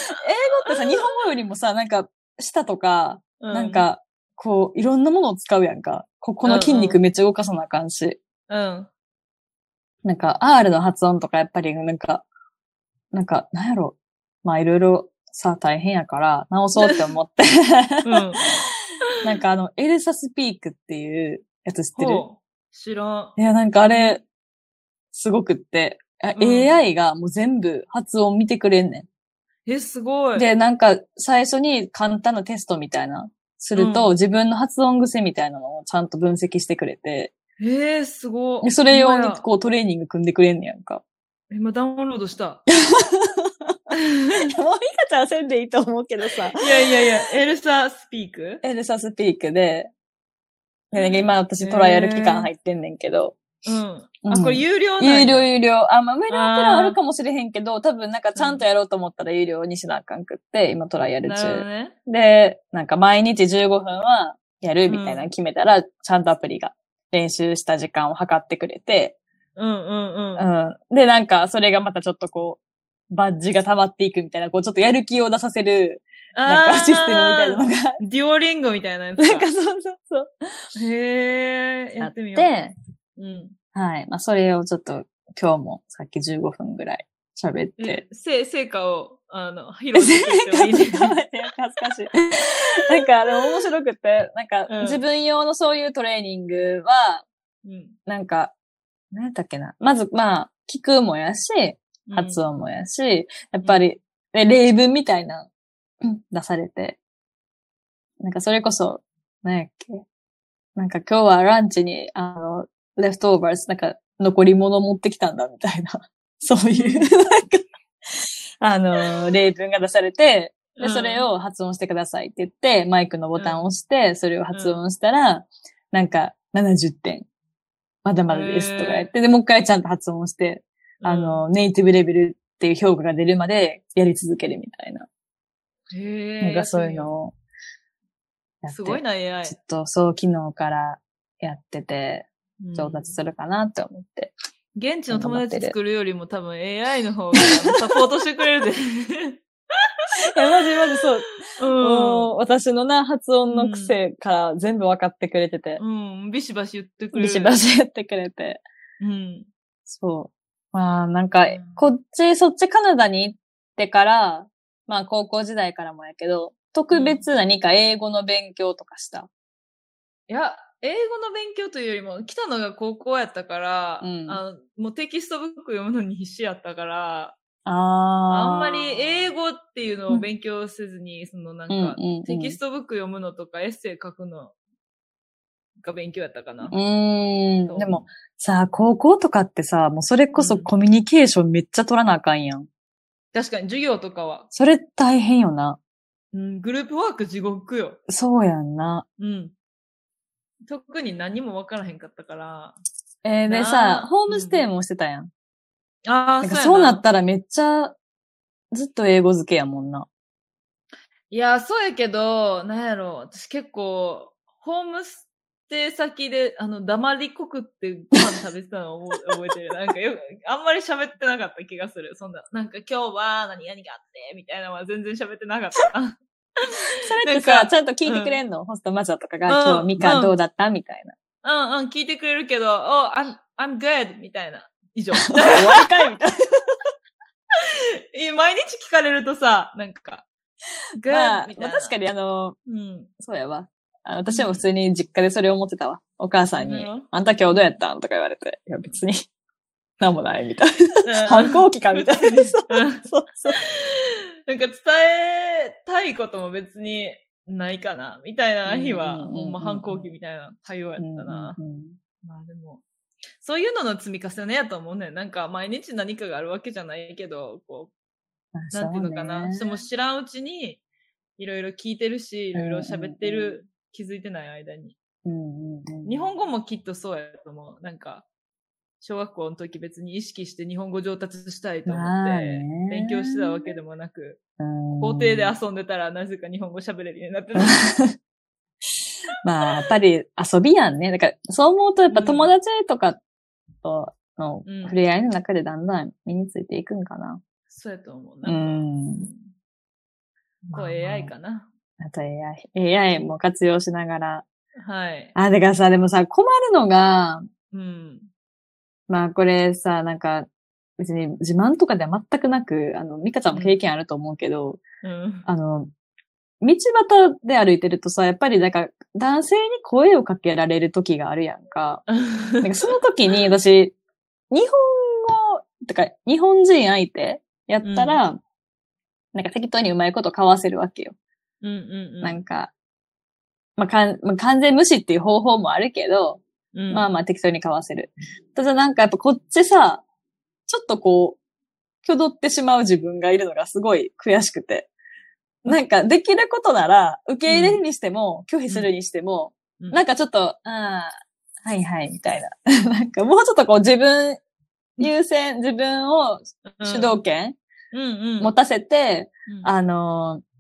[SPEAKER 1] てさ、日本語よりもさ、なんか、舌とか、
[SPEAKER 2] う
[SPEAKER 1] なん、か、こう、いろんなものを使うやんか。ここの筋
[SPEAKER 2] うんう
[SPEAKER 1] 肉めっちゃ動かさなあかんし。
[SPEAKER 2] うん。
[SPEAKER 1] なんか R の発音とかやっぱりなんか、なんか、なんやろ。まあいろいろさ、大変やから直そうって思って。
[SPEAKER 2] うん。
[SPEAKER 1] なんかあの、エルサスピークっていうやつ知ってる
[SPEAKER 2] ほう知らん。
[SPEAKER 1] いや、なんかあれ、すごくって、あ
[SPEAKER 2] うん
[SPEAKER 1] AI がもう全部発音見てくれんねん。
[SPEAKER 2] え、すごい。
[SPEAKER 1] で、なんか、最初に簡単なテストみたいな、すると、
[SPEAKER 2] うん
[SPEAKER 1] 自分の発音癖みたいなのをちゃんと分析してくれて、
[SPEAKER 2] えー、すご
[SPEAKER 1] で
[SPEAKER 2] い。
[SPEAKER 1] それ用
[SPEAKER 2] ほん
[SPEAKER 1] に
[SPEAKER 2] まや
[SPEAKER 1] こうトレーニング組んでくれんねやんか。
[SPEAKER 2] 今ダウンロードした。
[SPEAKER 1] もうミカちゃんせんでいいと思うけどさ。
[SPEAKER 2] いやいやいや、エルサスピーク
[SPEAKER 1] エルサスピークで、でなんか今私トライアル期間入ってんねんけど、
[SPEAKER 2] うん。
[SPEAKER 1] う
[SPEAKER 2] あ、
[SPEAKER 1] ん
[SPEAKER 2] これ有料なんや
[SPEAKER 1] 有料有料。あ、まあ無料プラン
[SPEAKER 2] あー
[SPEAKER 1] あるかもしれへんけど、多分なんかちゃんとやろうと思ったら有料にしなあかんくって、今トライアル
[SPEAKER 2] なるほど
[SPEAKER 1] 中。
[SPEAKER 2] ね。
[SPEAKER 1] で、なんか毎日15分はやるみたいなの決めたら、ちゃんとアプリが練習した時間を測ってくれて、
[SPEAKER 2] うんう
[SPEAKER 1] う
[SPEAKER 2] んうん。
[SPEAKER 1] ん。で、なんかそれがまたちょっとこう、バッジが溜まっていくみたいな、こうちょっとやる気を出させる、なんかシステムみたいなのが、
[SPEAKER 2] な。デュオリンゴみたいなやつ
[SPEAKER 1] なん
[SPEAKER 2] か
[SPEAKER 1] か。そうそうそう。
[SPEAKER 2] へえ、や
[SPEAKER 1] あ
[SPEAKER 2] ってみよう。
[SPEAKER 1] で、
[SPEAKER 2] うん。
[SPEAKER 1] はい。まあそれをちょっと今日もさっき15分ぐらい喋って
[SPEAKER 2] え、、せ、成果を、あの、披露
[SPEAKER 1] 恥
[SPEAKER 2] してくれてもいいね。
[SPEAKER 1] ずかしい。なんか、でも面白くて、なんか、
[SPEAKER 2] うん
[SPEAKER 1] 自分用のそういうトレーニングは、
[SPEAKER 2] うん
[SPEAKER 1] なんか、なんだっけな。まず、まあ、聞くもやし、
[SPEAKER 2] うん
[SPEAKER 1] 発音もやし、やっぱり、で例文みたいな、うん出されて。なんか、それこそ、なんやっけ。なんか、今日はランチに、あの、レフトオーバーズ、なんか、残り物持ってきたんだ、みたいな。そういう、なんか、あの、例文が出されて、で、それ、を発音してくださいって言って、マイクのボタンを押して、それを発音したら、なんか、70点。まだまだですとか言って、で、もう一回ちゃんと発音して、
[SPEAKER 2] うん
[SPEAKER 1] あ、の、ネイティブレベルっていう評価が出るまでやり続けるみたいな。
[SPEAKER 2] へえ。
[SPEAKER 1] なんかそういうのをや
[SPEAKER 2] やってみよ
[SPEAKER 1] って。
[SPEAKER 2] う。すごいな、AI
[SPEAKER 1] ず。っとそう、昨日からやってて、
[SPEAKER 2] うん
[SPEAKER 1] 上達するかなって思って。
[SPEAKER 2] 現地の友達作るよりも多分 AI の方がサポートしてくれる で。
[SPEAKER 1] いや、まじまじそう。
[SPEAKER 2] うん。
[SPEAKER 1] もう私のな、発音の癖から全部分かってくれてて、
[SPEAKER 2] うん。ビシバシ言ってくれる。
[SPEAKER 1] ビ シバ。シやってくれて。
[SPEAKER 2] うん。
[SPEAKER 1] そう。まあ、なんか
[SPEAKER 2] うん、
[SPEAKER 1] こっち、そっちカナダに行ってから、まあ、高校時代からもやけど、特別何か英語の勉強とかした。
[SPEAKER 2] いや、英語の勉強というよりも、来たのが高校やったから、
[SPEAKER 1] うん
[SPEAKER 2] あのもうテキストブック読むのに必死やったから、
[SPEAKER 1] あ
[SPEAKER 2] あ
[SPEAKER 1] あ
[SPEAKER 2] んまり英
[SPEAKER 1] 語
[SPEAKER 2] 語っていうのを勉強せずに、そのなんか、テキス
[SPEAKER 1] ト。
[SPEAKER 2] トブック読むのとかエッセイ書くのが勉強やったかな。
[SPEAKER 1] うー
[SPEAKER 2] そ
[SPEAKER 1] ん。
[SPEAKER 2] う
[SPEAKER 1] でも、さあ、高校とかってさ、もうそれこそコミュニケーションめっちゃ取らなあかんやん。
[SPEAKER 2] 確かに授業とかは、
[SPEAKER 1] それ大変よな。
[SPEAKER 2] うん、グループワーク地獄よ。
[SPEAKER 1] そうやんな。
[SPEAKER 2] うん。特に何もわからへんかったから。
[SPEAKER 1] えーで
[SPEAKER 2] な
[SPEAKER 1] さ
[SPEAKER 2] あ、
[SPEAKER 1] ホームステイもしてたやん。
[SPEAKER 2] あ
[SPEAKER 1] な
[SPEAKER 2] あ、
[SPEAKER 1] んか
[SPEAKER 2] そう
[SPEAKER 1] そう
[SPEAKER 2] や
[SPEAKER 1] な
[SPEAKER 2] な
[SPEAKER 1] ったらめっちゃ、ずっと英語漬けやもんな。
[SPEAKER 2] いや、そうやけど、なんやろ私結構、ホームステイ先で、あの、黙りこくってご飯食べてたのを 覚え覚えてる。なんかよく、あんまり喋ってなかった気がする。そんな、なんか今日は何々があって、みたいなのは全然喋ってなかった。
[SPEAKER 1] それって
[SPEAKER 2] な
[SPEAKER 1] さ、
[SPEAKER 2] んか
[SPEAKER 1] ちゃんと聞いてくれんの、ホストマザーとかが、
[SPEAKER 2] うん
[SPEAKER 1] 今日ミカどうだったみたいな。
[SPEAKER 2] うんうん、聞いてくれるけど、oh, I'm, I'm good! みたいな。以上。
[SPEAKER 1] 終わりかいみたいな。
[SPEAKER 2] え毎日聞かれるとさ、なんか、good!
[SPEAKER 1] まあ
[SPEAKER 2] み、た
[SPEAKER 1] ま
[SPEAKER 2] い
[SPEAKER 1] あ
[SPEAKER 2] な。
[SPEAKER 1] 確かにあの、
[SPEAKER 2] うん。
[SPEAKER 1] そうやわ。あの私も普通に実家でそれを思ってたわ。お母さんに
[SPEAKER 2] うん、
[SPEAKER 1] あんた今日どうやったんとか言われて、いや別に、なんもないみたい
[SPEAKER 2] うん
[SPEAKER 1] な。反抗期かみたいな。 そう
[SPEAKER 2] うん
[SPEAKER 1] そうそう。
[SPEAKER 2] なんか伝えたいことも別にないかな、みたいな日
[SPEAKER 1] うんうん
[SPEAKER 2] は、
[SPEAKER 1] うんうん
[SPEAKER 2] ほんま反抗期みたいな対応やったな。
[SPEAKER 1] うんうんうん
[SPEAKER 2] まあでも、そういうのの積み重ねやと思うねん。なんか毎日何かがあるわけじゃないけど、こ
[SPEAKER 1] まあ
[SPEAKER 2] う、なんていうのかな。
[SPEAKER 1] そう
[SPEAKER 2] で
[SPEAKER 1] ね
[SPEAKER 2] も知らんうちに、いろいろ聞いてるし、いろいろ喋って
[SPEAKER 1] うんうん
[SPEAKER 2] る、気づいてない間に。
[SPEAKER 1] うんうんうん
[SPEAKER 2] 日本語もきっとそうやと思う。なんか、小学校の時別に意識して日本語上達したいと思っ
[SPEAKER 1] まあ
[SPEAKER 2] て
[SPEAKER 1] ね、
[SPEAKER 2] 勉強してたわけでもなく、
[SPEAKER 1] うん
[SPEAKER 2] 校庭で遊んでたら、なぜか日本語喋れるようになってた。
[SPEAKER 1] まあ、やっぱり遊びやんね。だから、そう思うと、やっぱ友達とかとの
[SPEAKER 2] うん
[SPEAKER 1] 触れ合いの中でだんだん身についていくんかな。
[SPEAKER 2] そうやと思う
[SPEAKER 1] う
[SPEAKER 2] な。
[SPEAKER 1] ん。
[SPEAKER 2] あと AI かな。
[SPEAKER 1] あと AI。AI も活用しながら。
[SPEAKER 2] はい。
[SPEAKER 1] あ、だからさ、でもさ、困るのが、
[SPEAKER 2] うん。
[SPEAKER 1] まあこれさ、なんか、別に自慢とかでは全くなく、あの、ミカちゃんも経験あると思うけど、
[SPEAKER 2] うん。
[SPEAKER 1] あの、道端で歩いてるとさ、やっぱりなんか男性に声をかけられる時があるやんか。なんかその時に私、日本語、とか日本人相手やったら、なんか適当にうまいこと交わせるわけよ。
[SPEAKER 2] うんうんうん。
[SPEAKER 1] なんか、まあかん、まあ、完全無視っていう方法もあるけど、
[SPEAKER 2] うん
[SPEAKER 1] まあまあ適当に交わせる。ただなんかやっぱこっちさ、ちょっとこう、挙動ってしまう自分がいるのがすごい悔しくて。なんかできることなら、受け入れるにしても、拒否するにしても、
[SPEAKER 2] うん
[SPEAKER 1] なんかちょっと、うん、はいはい、みたいな。 なんかもうちょっとこう自分優先、自分を主導権
[SPEAKER 2] うんうん。
[SPEAKER 1] 持たせて、
[SPEAKER 2] うん、
[SPEAKER 1] あのー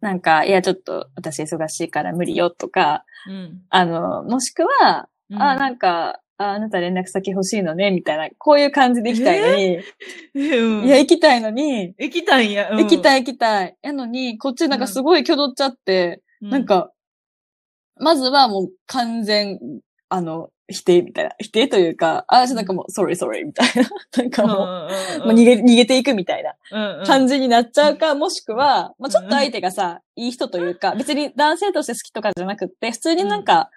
[SPEAKER 1] なんか、いやちょっと私忙しいから無理よとか、
[SPEAKER 2] うん、
[SPEAKER 1] あのーもしくは、
[SPEAKER 2] うん。
[SPEAKER 1] あ、なんか、ああなた連絡先欲しいのね、みたいな、こういう感じで行きたいのに、
[SPEAKER 2] うん。
[SPEAKER 1] いや、行きたいのに、
[SPEAKER 2] 行きたいんや。
[SPEAKER 1] 行き
[SPEAKER 2] い。
[SPEAKER 1] たい行きたい。やのに、こっちなんかすごい挙動っちゃって、なん、か、まずはもう完全、あの、否定みたいな。否定というか、あ、ちょっとなんかもう、sorry sorry みたいな。 なんか
[SPEAKER 2] うん、
[SPEAKER 1] もう、も
[SPEAKER 2] も
[SPEAKER 1] う逃げ、逃げていくみたいな感じになっちゃうか、もしくは、まあ、ちょっと相手がさ、いい人というか、別に男性として好きとかじゃなくって、普通になんか、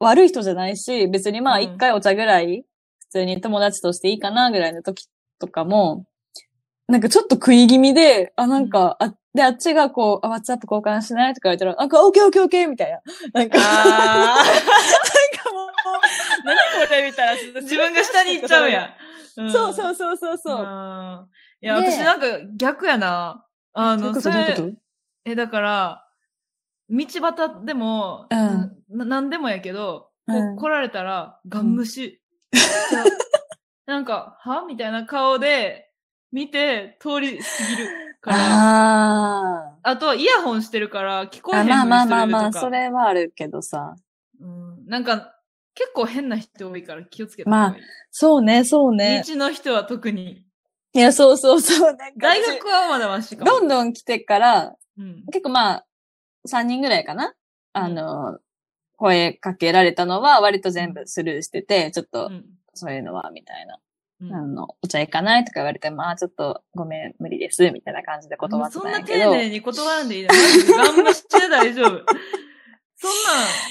[SPEAKER 1] 悪い人じゃないし、別にまあ
[SPEAKER 2] うん
[SPEAKER 1] 一回お茶ぐらい、普通に友達としていいかなぐらいの時とかも、なんかちょっと食い気味で、あ、なんか、あ、で、あっちがこう、あ、ワッツアップ交換しないとか言われたら、なんか、オッケーオッケーオッケーみたいな。なんか、なんか
[SPEAKER 2] あー
[SPEAKER 1] もう、
[SPEAKER 2] 何これ見たら 自分が下に行っちゃうやん。ん
[SPEAKER 1] そうそうそうそうそう。
[SPEAKER 2] あーいや、
[SPEAKER 1] ねえ
[SPEAKER 2] 私なんか逆やな。あの、そ
[SPEAKER 1] どういうことどう
[SPEAKER 2] れ
[SPEAKER 1] いう、こ
[SPEAKER 2] え、だから、道端でも、
[SPEAKER 1] うん
[SPEAKER 2] ななんでもやけど、こ
[SPEAKER 1] うん
[SPEAKER 2] 来られたら、ガン無視。なんか、はみたいな顔で、見て、通り過ぎる
[SPEAKER 1] と
[SPEAKER 2] から。あ
[SPEAKER 1] あ
[SPEAKER 2] とは、イヤホンしてるから、聞こ
[SPEAKER 1] ー
[SPEAKER 2] えへ
[SPEAKER 1] あ。
[SPEAKER 2] ん
[SPEAKER 1] まあまあまあ
[SPEAKER 2] よう
[SPEAKER 1] ま
[SPEAKER 2] に
[SPEAKER 1] あ、
[SPEAKER 2] するとか
[SPEAKER 1] それはあるけどさ。
[SPEAKER 2] うんなんか、結構変な人多いから気をつけて。
[SPEAKER 1] まあ、そうね、そうね。
[SPEAKER 2] 道の人は特に。
[SPEAKER 1] いや、そうそうそう。なんか
[SPEAKER 2] 大学はまだマシかも。
[SPEAKER 1] どんどん来てから、
[SPEAKER 2] うん。
[SPEAKER 1] 結構まあ、3人ぐらいかな。あの、声かけられたのは割と全部スルーしてて、ちょっ
[SPEAKER 2] う
[SPEAKER 1] と
[SPEAKER 2] ん。
[SPEAKER 1] そういうのは、みたいな。
[SPEAKER 2] うん
[SPEAKER 1] あの、お茶行かないとか言われても、あーちょっとごめん、無理です、みたいな感じで断
[SPEAKER 2] もう
[SPEAKER 1] って
[SPEAKER 2] そ
[SPEAKER 1] た
[SPEAKER 2] ん
[SPEAKER 1] ん
[SPEAKER 2] な
[SPEAKER 1] や
[SPEAKER 2] 丁
[SPEAKER 1] けど。
[SPEAKER 2] 寧に断らんでいいの。マジで頑張して大丈夫。そ んなん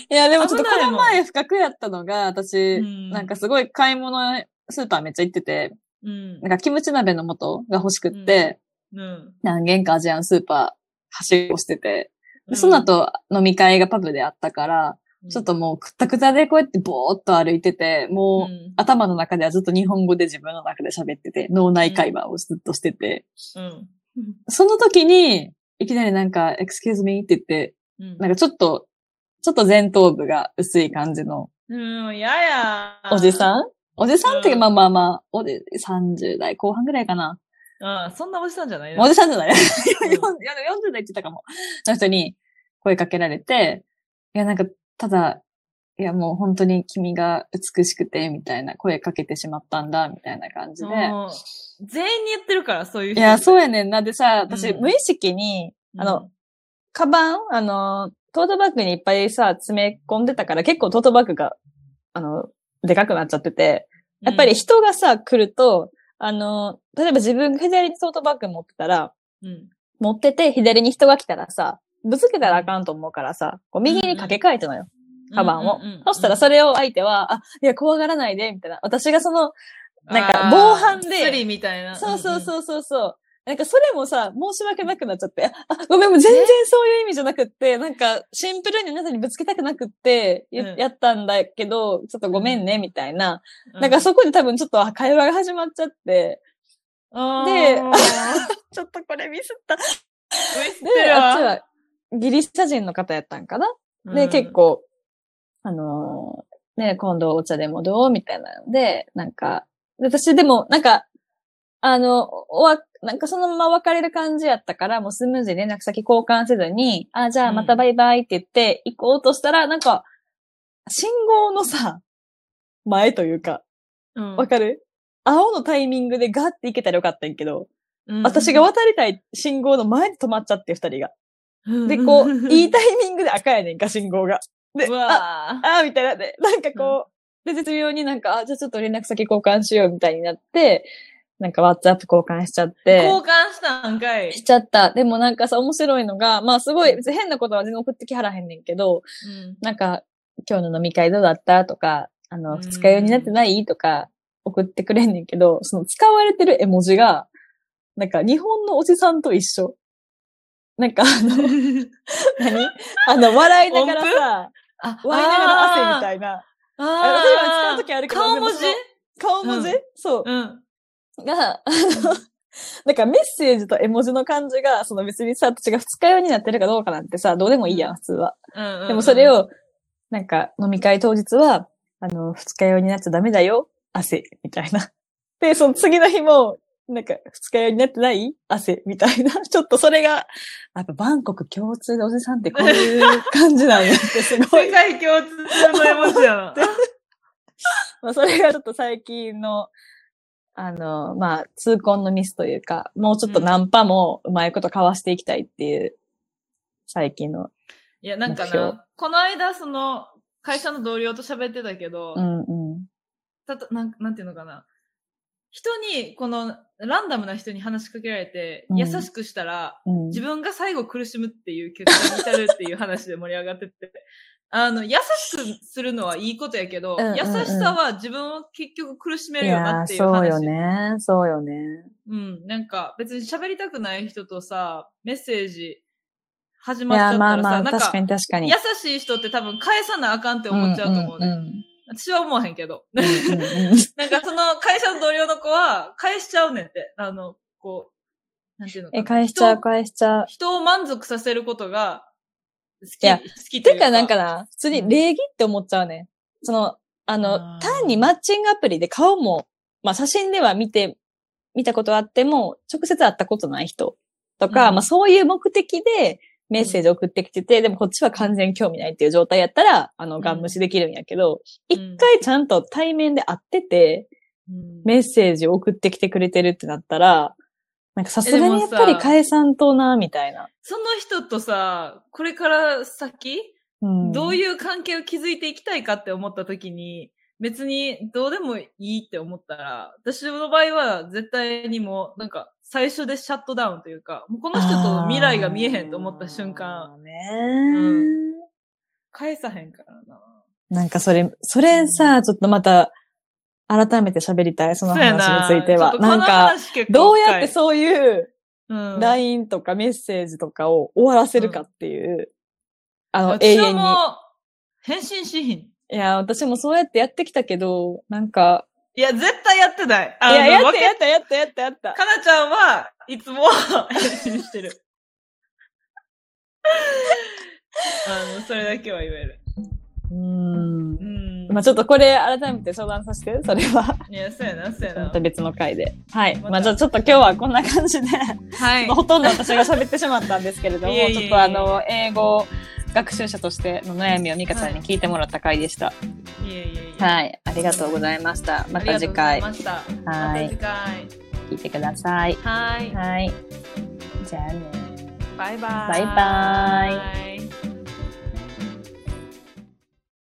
[SPEAKER 1] いや、でもちょっとこ
[SPEAKER 2] 危ない
[SPEAKER 1] の
[SPEAKER 2] もん
[SPEAKER 1] 前不覚やったのが、私、
[SPEAKER 2] うん
[SPEAKER 1] なんかすごい買い物、スーパーめっちゃ行ってて、。
[SPEAKER 2] うん
[SPEAKER 1] なんかキムチ鍋の素が欲しくって、
[SPEAKER 2] うん。
[SPEAKER 1] 何軒かアジアンスーパー、はしごしてて、
[SPEAKER 2] う
[SPEAKER 1] で
[SPEAKER 2] ん
[SPEAKER 1] その、後飲み会がパブであったから、ちょっともうくったくたでこうやってぼーっと歩いてて、
[SPEAKER 2] うん、
[SPEAKER 1] もう、
[SPEAKER 2] うん
[SPEAKER 1] 頭の中ではずっと日本語で自分の中で喋ってて、脳内会話をずっとしてて、
[SPEAKER 2] うん。
[SPEAKER 1] その時に、いきなりなんか、excuse me って言って、
[SPEAKER 2] うん
[SPEAKER 1] なんかちょっと、ちょっと前頭部が薄い感じの
[SPEAKER 2] うん、やや。
[SPEAKER 1] おじさんおじさんって、
[SPEAKER 2] うん
[SPEAKER 1] まあまあまあ、おで、30代後半ぐらいかな。
[SPEAKER 2] うん、そんなおじさんじゃない
[SPEAKER 1] おじさんじゃない
[SPEAKER 2] うん
[SPEAKER 1] ?40 代って言ってたかも。の人に声かけられて、いや、なんか、ただ、いや、もう本当に君が美しくて、みたいな声かけてしまったんだ、みたいな感じで。
[SPEAKER 2] もう全員に言ってるから、そういう
[SPEAKER 1] い
[SPEAKER 2] 人。
[SPEAKER 1] や、そうやねんな。でさ、私、
[SPEAKER 2] うん
[SPEAKER 1] 無意識に、
[SPEAKER 2] うん
[SPEAKER 1] あの、カバン、あの、トートバッグにいっぱいさ、詰め込んでたから、結構トートバッグが、あの、でかくなっちゃってて、やっぱり、人がさ、来ると、あの、例えば自分が左にトートバッグ持ってたら、
[SPEAKER 2] うん。
[SPEAKER 1] 持ってて左に人が来たらさ、ぶつけたらあかんと思うからさ、こう右に掛け替えたのよ、カバンを。そしたら
[SPEAKER 2] さ、
[SPEAKER 1] それを相手は、あ、いや、怖がらないで、みたいな。私がその、なんか
[SPEAKER 2] あー
[SPEAKER 1] 防犯で
[SPEAKER 2] スリみたいな。
[SPEAKER 1] そうそう
[SPEAKER 2] う
[SPEAKER 1] そうそうそう。なんかそれもさ、申し訳なくなっちゃって、あ、あごめん、もう全然そういう意味じゃなくって、なんかシンプルに皆さんにぶつけたくなくって、や
[SPEAKER 2] うん
[SPEAKER 1] やったんだけど、ちょっとごめんね、みたいな。
[SPEAKER 2] ん。
[SPEAKER 1] なんかそこで多分ちょっとあ会話が始まっちゃって、
[SPEAKER 2] うん、
[SPEAKER 1] で
[SPEAKER 2] あー
[SPEAKER 1] ちょっとこれミスった。で、
[SPEAKER 2] ミスってる
[SPEAKER 1] あ
[SPEAKER 2] わ
[SPEAKER 1] っちはギリシャ人の方やったんかなで、
[SPEAKER 2] うん
[SPEAKER 1] 結構、あのーね、今度お茶でもどうみたいなので、なんか、で私でも、なんか、あの、おわ、なんかそのまま別れる感じやったから、もうスムーズに連絡先交換せずに、あ、じゃあまたバイバイって言って行こうとしたら、なんか、信号のさ、前というか、
[SPEAKER 2] うん
[SPEAKER 1] わかる、青のタイミングでガッて行けたらよかったんやけど、
[SPEAKER 2] うん
[SPEAKER 1] 私が渡りたい信号の前で止まっちゃって、二人が。で、
[SPEAKER 2] で
[SPEAKER 1] こ う、いい
[SPEAKER 2] た
[SPEAKER 1] タイミングで赤やねんか、信号が。で、
[SPEAKER 2] う
[SPEAKER 1] あ、
[SPEAKER 2] わー
[SPEAKER 1] あーみたいなで、なんかこう、で、絶妙になんか、あ、じゃあちょっと連絡先交換しようみたいになって、なんか WhatsApp 交換しちゃって。
[SPEAKER 2] 交換したんかい。
[SPEAKER 1] しちゃった。でもなんかさ、面白いのが、まあすごい、別に変なことは全然送ってきはらへんねんけど、
[SPEAKER 2] うん
[SPEAKER 1] なんか、今日の飲み会どうだったとか、あ
[SPEAKER 2] う
[SPEAKER 1] の、
[SPEAKER 2] ん
[SPEAKER 1] 二日酔いになってないとか、送ってくれんねんけど、その使われてる絵文字が、なんか日本のおじさんと一緒。なんかあ の、何あの、笑いながらさ、
[SPEAKER 2] あ
[SPEAKER 1] 笑いながら汗み
[SPEAKER 2] い。
[SPEAKER 1] たいな。あ
[SPEAKER 2] あ
[SPEAKER 1] 私今使う時ある
[SPEAKER 2] ー
[SPEAKER 1] けど
[SPEAKER 2] 顔文字
[SPEAKER 1] でも顔文字、
[SPEAKER 2] うん
[SPEAKER 1] そう。
[SPEAKER 2] うん。
[SPEAKER 1] が、あの、なんかメッセージと絵文字の感じが、その別にさ、私が二日酔いになってるかどうかなんてさ、どうでもいいやん、普通は。
[SPEAKER 2] うんうん
[SPEAKER 1] でもそれ、を、なんか飲み会当日は、あの、二日酔いになっちゃダメだよ、汗、みたいな。 で、その次の日も、なんか、二日酔いになってない汗、みたいな。 ちょっとそれが、あやっぱバンコク共通のおじさんってこういう感じなんやって、すごい
[SPEAKER 2] 世。界共通の絵文字や ん。
[SPEAKER 1] まあ、それがちょっと最近の、あの、まあ、痛恨のミスというか、もうちょっとナンパもうまいこと交わしていきたいっていう、最近の。
[SPEAKER 2] いや、なんか
[SPEAKER 1] 目標
[SPEAKER 2] な、この間、その、会社の同僚と喋ってたけど、
[SPEAKER 1] うんうん。
[SPEAKER 2] たとなん、なんていうのかな。人に、この、ランダムな人に話しかけられて、
[SPEAKER 1] うん
[SPEAKER 2] 優しくしたら、
[SPEAKER 1] うん、
[SPEAKER 2] 自分が最後苦しむっていう結果に至るっていう話で盛り上がって て、あの、優しくするのはいいことやけど、
[SPEAKER 1] うんうんうん
[SPEAKER 2] 優しさは自分を結局苦しめる
[SPEAKER 1] い
[SPEAKER 2] よな
[SPEAKER 1] や
[SPEAKER 2] っ
[SPEAKER 1] ー
[SPEAKER 2] ていう話。
[SPEAKER 1] そうよね。そうよね。
[SPEAKER 2] うん、なんか別に喋りたくない人とさ、メッセージ始
[SPEAKER 1] い
[SPEAKER 2] まっちゃ
[SPEAKER 1] やー
[SPEAKER 2] った
[SPEAKER 1] まあ
[SPEAKER 2] らさ、
[SPEAKER 1] まあ、
[SPEAKER 2] なん
[SPEAKER 1] 確か
[SPEAKER 2] か
[SPEAKER 1] に確かに。
[SPEAKER 2] 優しい人って多分返さなあかんって思っちゃうと思うね。
[SPEAKER 1] んん
[SPEAKER 2] 私は思わへん けど。
[SPEAKER 1] うんうんうんうん
[SPEAKER 2] なんかその会社の同僚の子は返しちゃうねんって。あの、こう、なんていうのかな。
[SPEAKER 1] え、返しちゃう、
[SPEAKER 2] 人を
[SPEAKER 1] 返しちゃう。
[SPEAKER 2] 人を満足させることが好き、
[SPEAKER 1] いや
[SPEAKER 2] 好きとい
[SPEAKER 1] て
[SPEAKER 2] う
[SPEAKER 1] かなんかな、普通に礼儀って思っちゃうね。その、あの
[SPEAKER 2] あ、ー
[SPEAKER 1] 単にマッチングアプリで顔も、まあ写真では見て、見たことあっても、直接会ったことない人とか、
[SPEAKER 2] うん
[SPEAKER 1] まあそういう目的でメッセージ送ってきてて、でもこっちは完全に興味ないっていう状態やったら、あの、ガン無視できるんやけど、一、
[SPEAKER 2] うん
[SPEAKER 1] 回ちゃんと対面で会ってて、
[SPEAKER 2] うん
[SPEAKER 1] メッセージを送ってきてくれてるってなったら、なんかさすが
[SPEAKER 2] えで
[SPEAKER 1] に
[SPEAKER 2] も
[SPEAKER 1] やっ
[SPEAKER 2] さ
[SPEAKER 1] ぱり返さんとな、みたいな。
[SPEAKER 2] その人とさ、これから先、
[SPEAKER 1] うん、
[SPEAKER 2] どう
[SPEAKER 1] う
[SPEAKER 2] いう関係を築いていきたいかって思った時に、別にどうでもいいって思ったら、私の場合は絶対にもう、なんか、最初でシャットダウンというか、もうこの人と未来が見えへんと思った瞬間、
[SPEAKER 1] あー。ね
[SPEAKER 2] うん返さへんからな。
[SPEAKER 1] なんかそれ、それさ、ちょっとまた、改めて喋りたい、その
[SPEAKER 2] そうや
[SPEAKER 1] 話について
[SPEAKER 2] ちょ
[SPEAKER 1] は。
[SPEAKER 2] っとこ
[SPEAKER 1] なん
[SPEAKER 2] の
[SPEAKER 1] か、
[SPEAKER 2] 話結構
[SPEAKER 1] どう
[SPEAKER 2] 深い
[SPEAKER 1] やってそういう
[SPEAKER 2] うん、
[SPEAKER 1] LINE とかメッセージとかを終わらせるかっていう、あの、永
[SPEAKER 2] 私は
[SPEAKER 1] 遠に。
[SPEAKER 2] もう、返信しひん。
[SPEAKER 1] いや、私もそうやってやってきたけど、なんか、
[SPEAKER 2] いや、絶対やってない。
[SPEAKER 1] い
[SPEAKER 2] あの
[SPEAKER 1] や、やっ
[SPEAKER 2] わ
[SPEAKER 1] た
[SPEAKER 2] け
[SPEAKER 1] やったやったやったやった。
[SPEAKER 2] かなちゃんはいつも返信してる。 あの、それだけは言える。
[SPEAKER 1] うーん
[SPEAKER 2] う。ん。
[SPEAKER 1] まあちょっとこれ改めて相談させて、それは。
[SPEAKER 2] いや、そうやな、 そうや
[SPEAKER 1] ま
[SPEAKER 2] な
[SPEAKER 1] た。別の回で。はい。
[SPEAKER 2] また
[SPEAKER 1] まあじゃあちょっと今日はこんな感じで。
[SPEAKER 2] は
[SPEAKER 1] まあほとんど私が喋ってしまったんですけれども、
[SPEAKER 2] いえいえいえ
[SPEAKER 1] ちょっとあの、英語学習者としての悩みを美香さんに聞いてもらった回でした。
[SPEAKER 2] いえいえいえ。。
[SPEAKER 1] はいい。ありがとうございました。また次
[SPEAKER 2] あり
[SPEAKER 1] 回
[SPEAKER 2] がとうございました。
[SPEAKER 1] はい
[SPEAKER 2] また次回。
[SPEAKER 1] 聞いてください。
[SPEAKER 2] はい。
[SPEAKER 1] はい。じゃあね。
[SPEAKER 2] バイバイ。
[SPEAKER 1] バイバ
[SPEAKER 2] イ。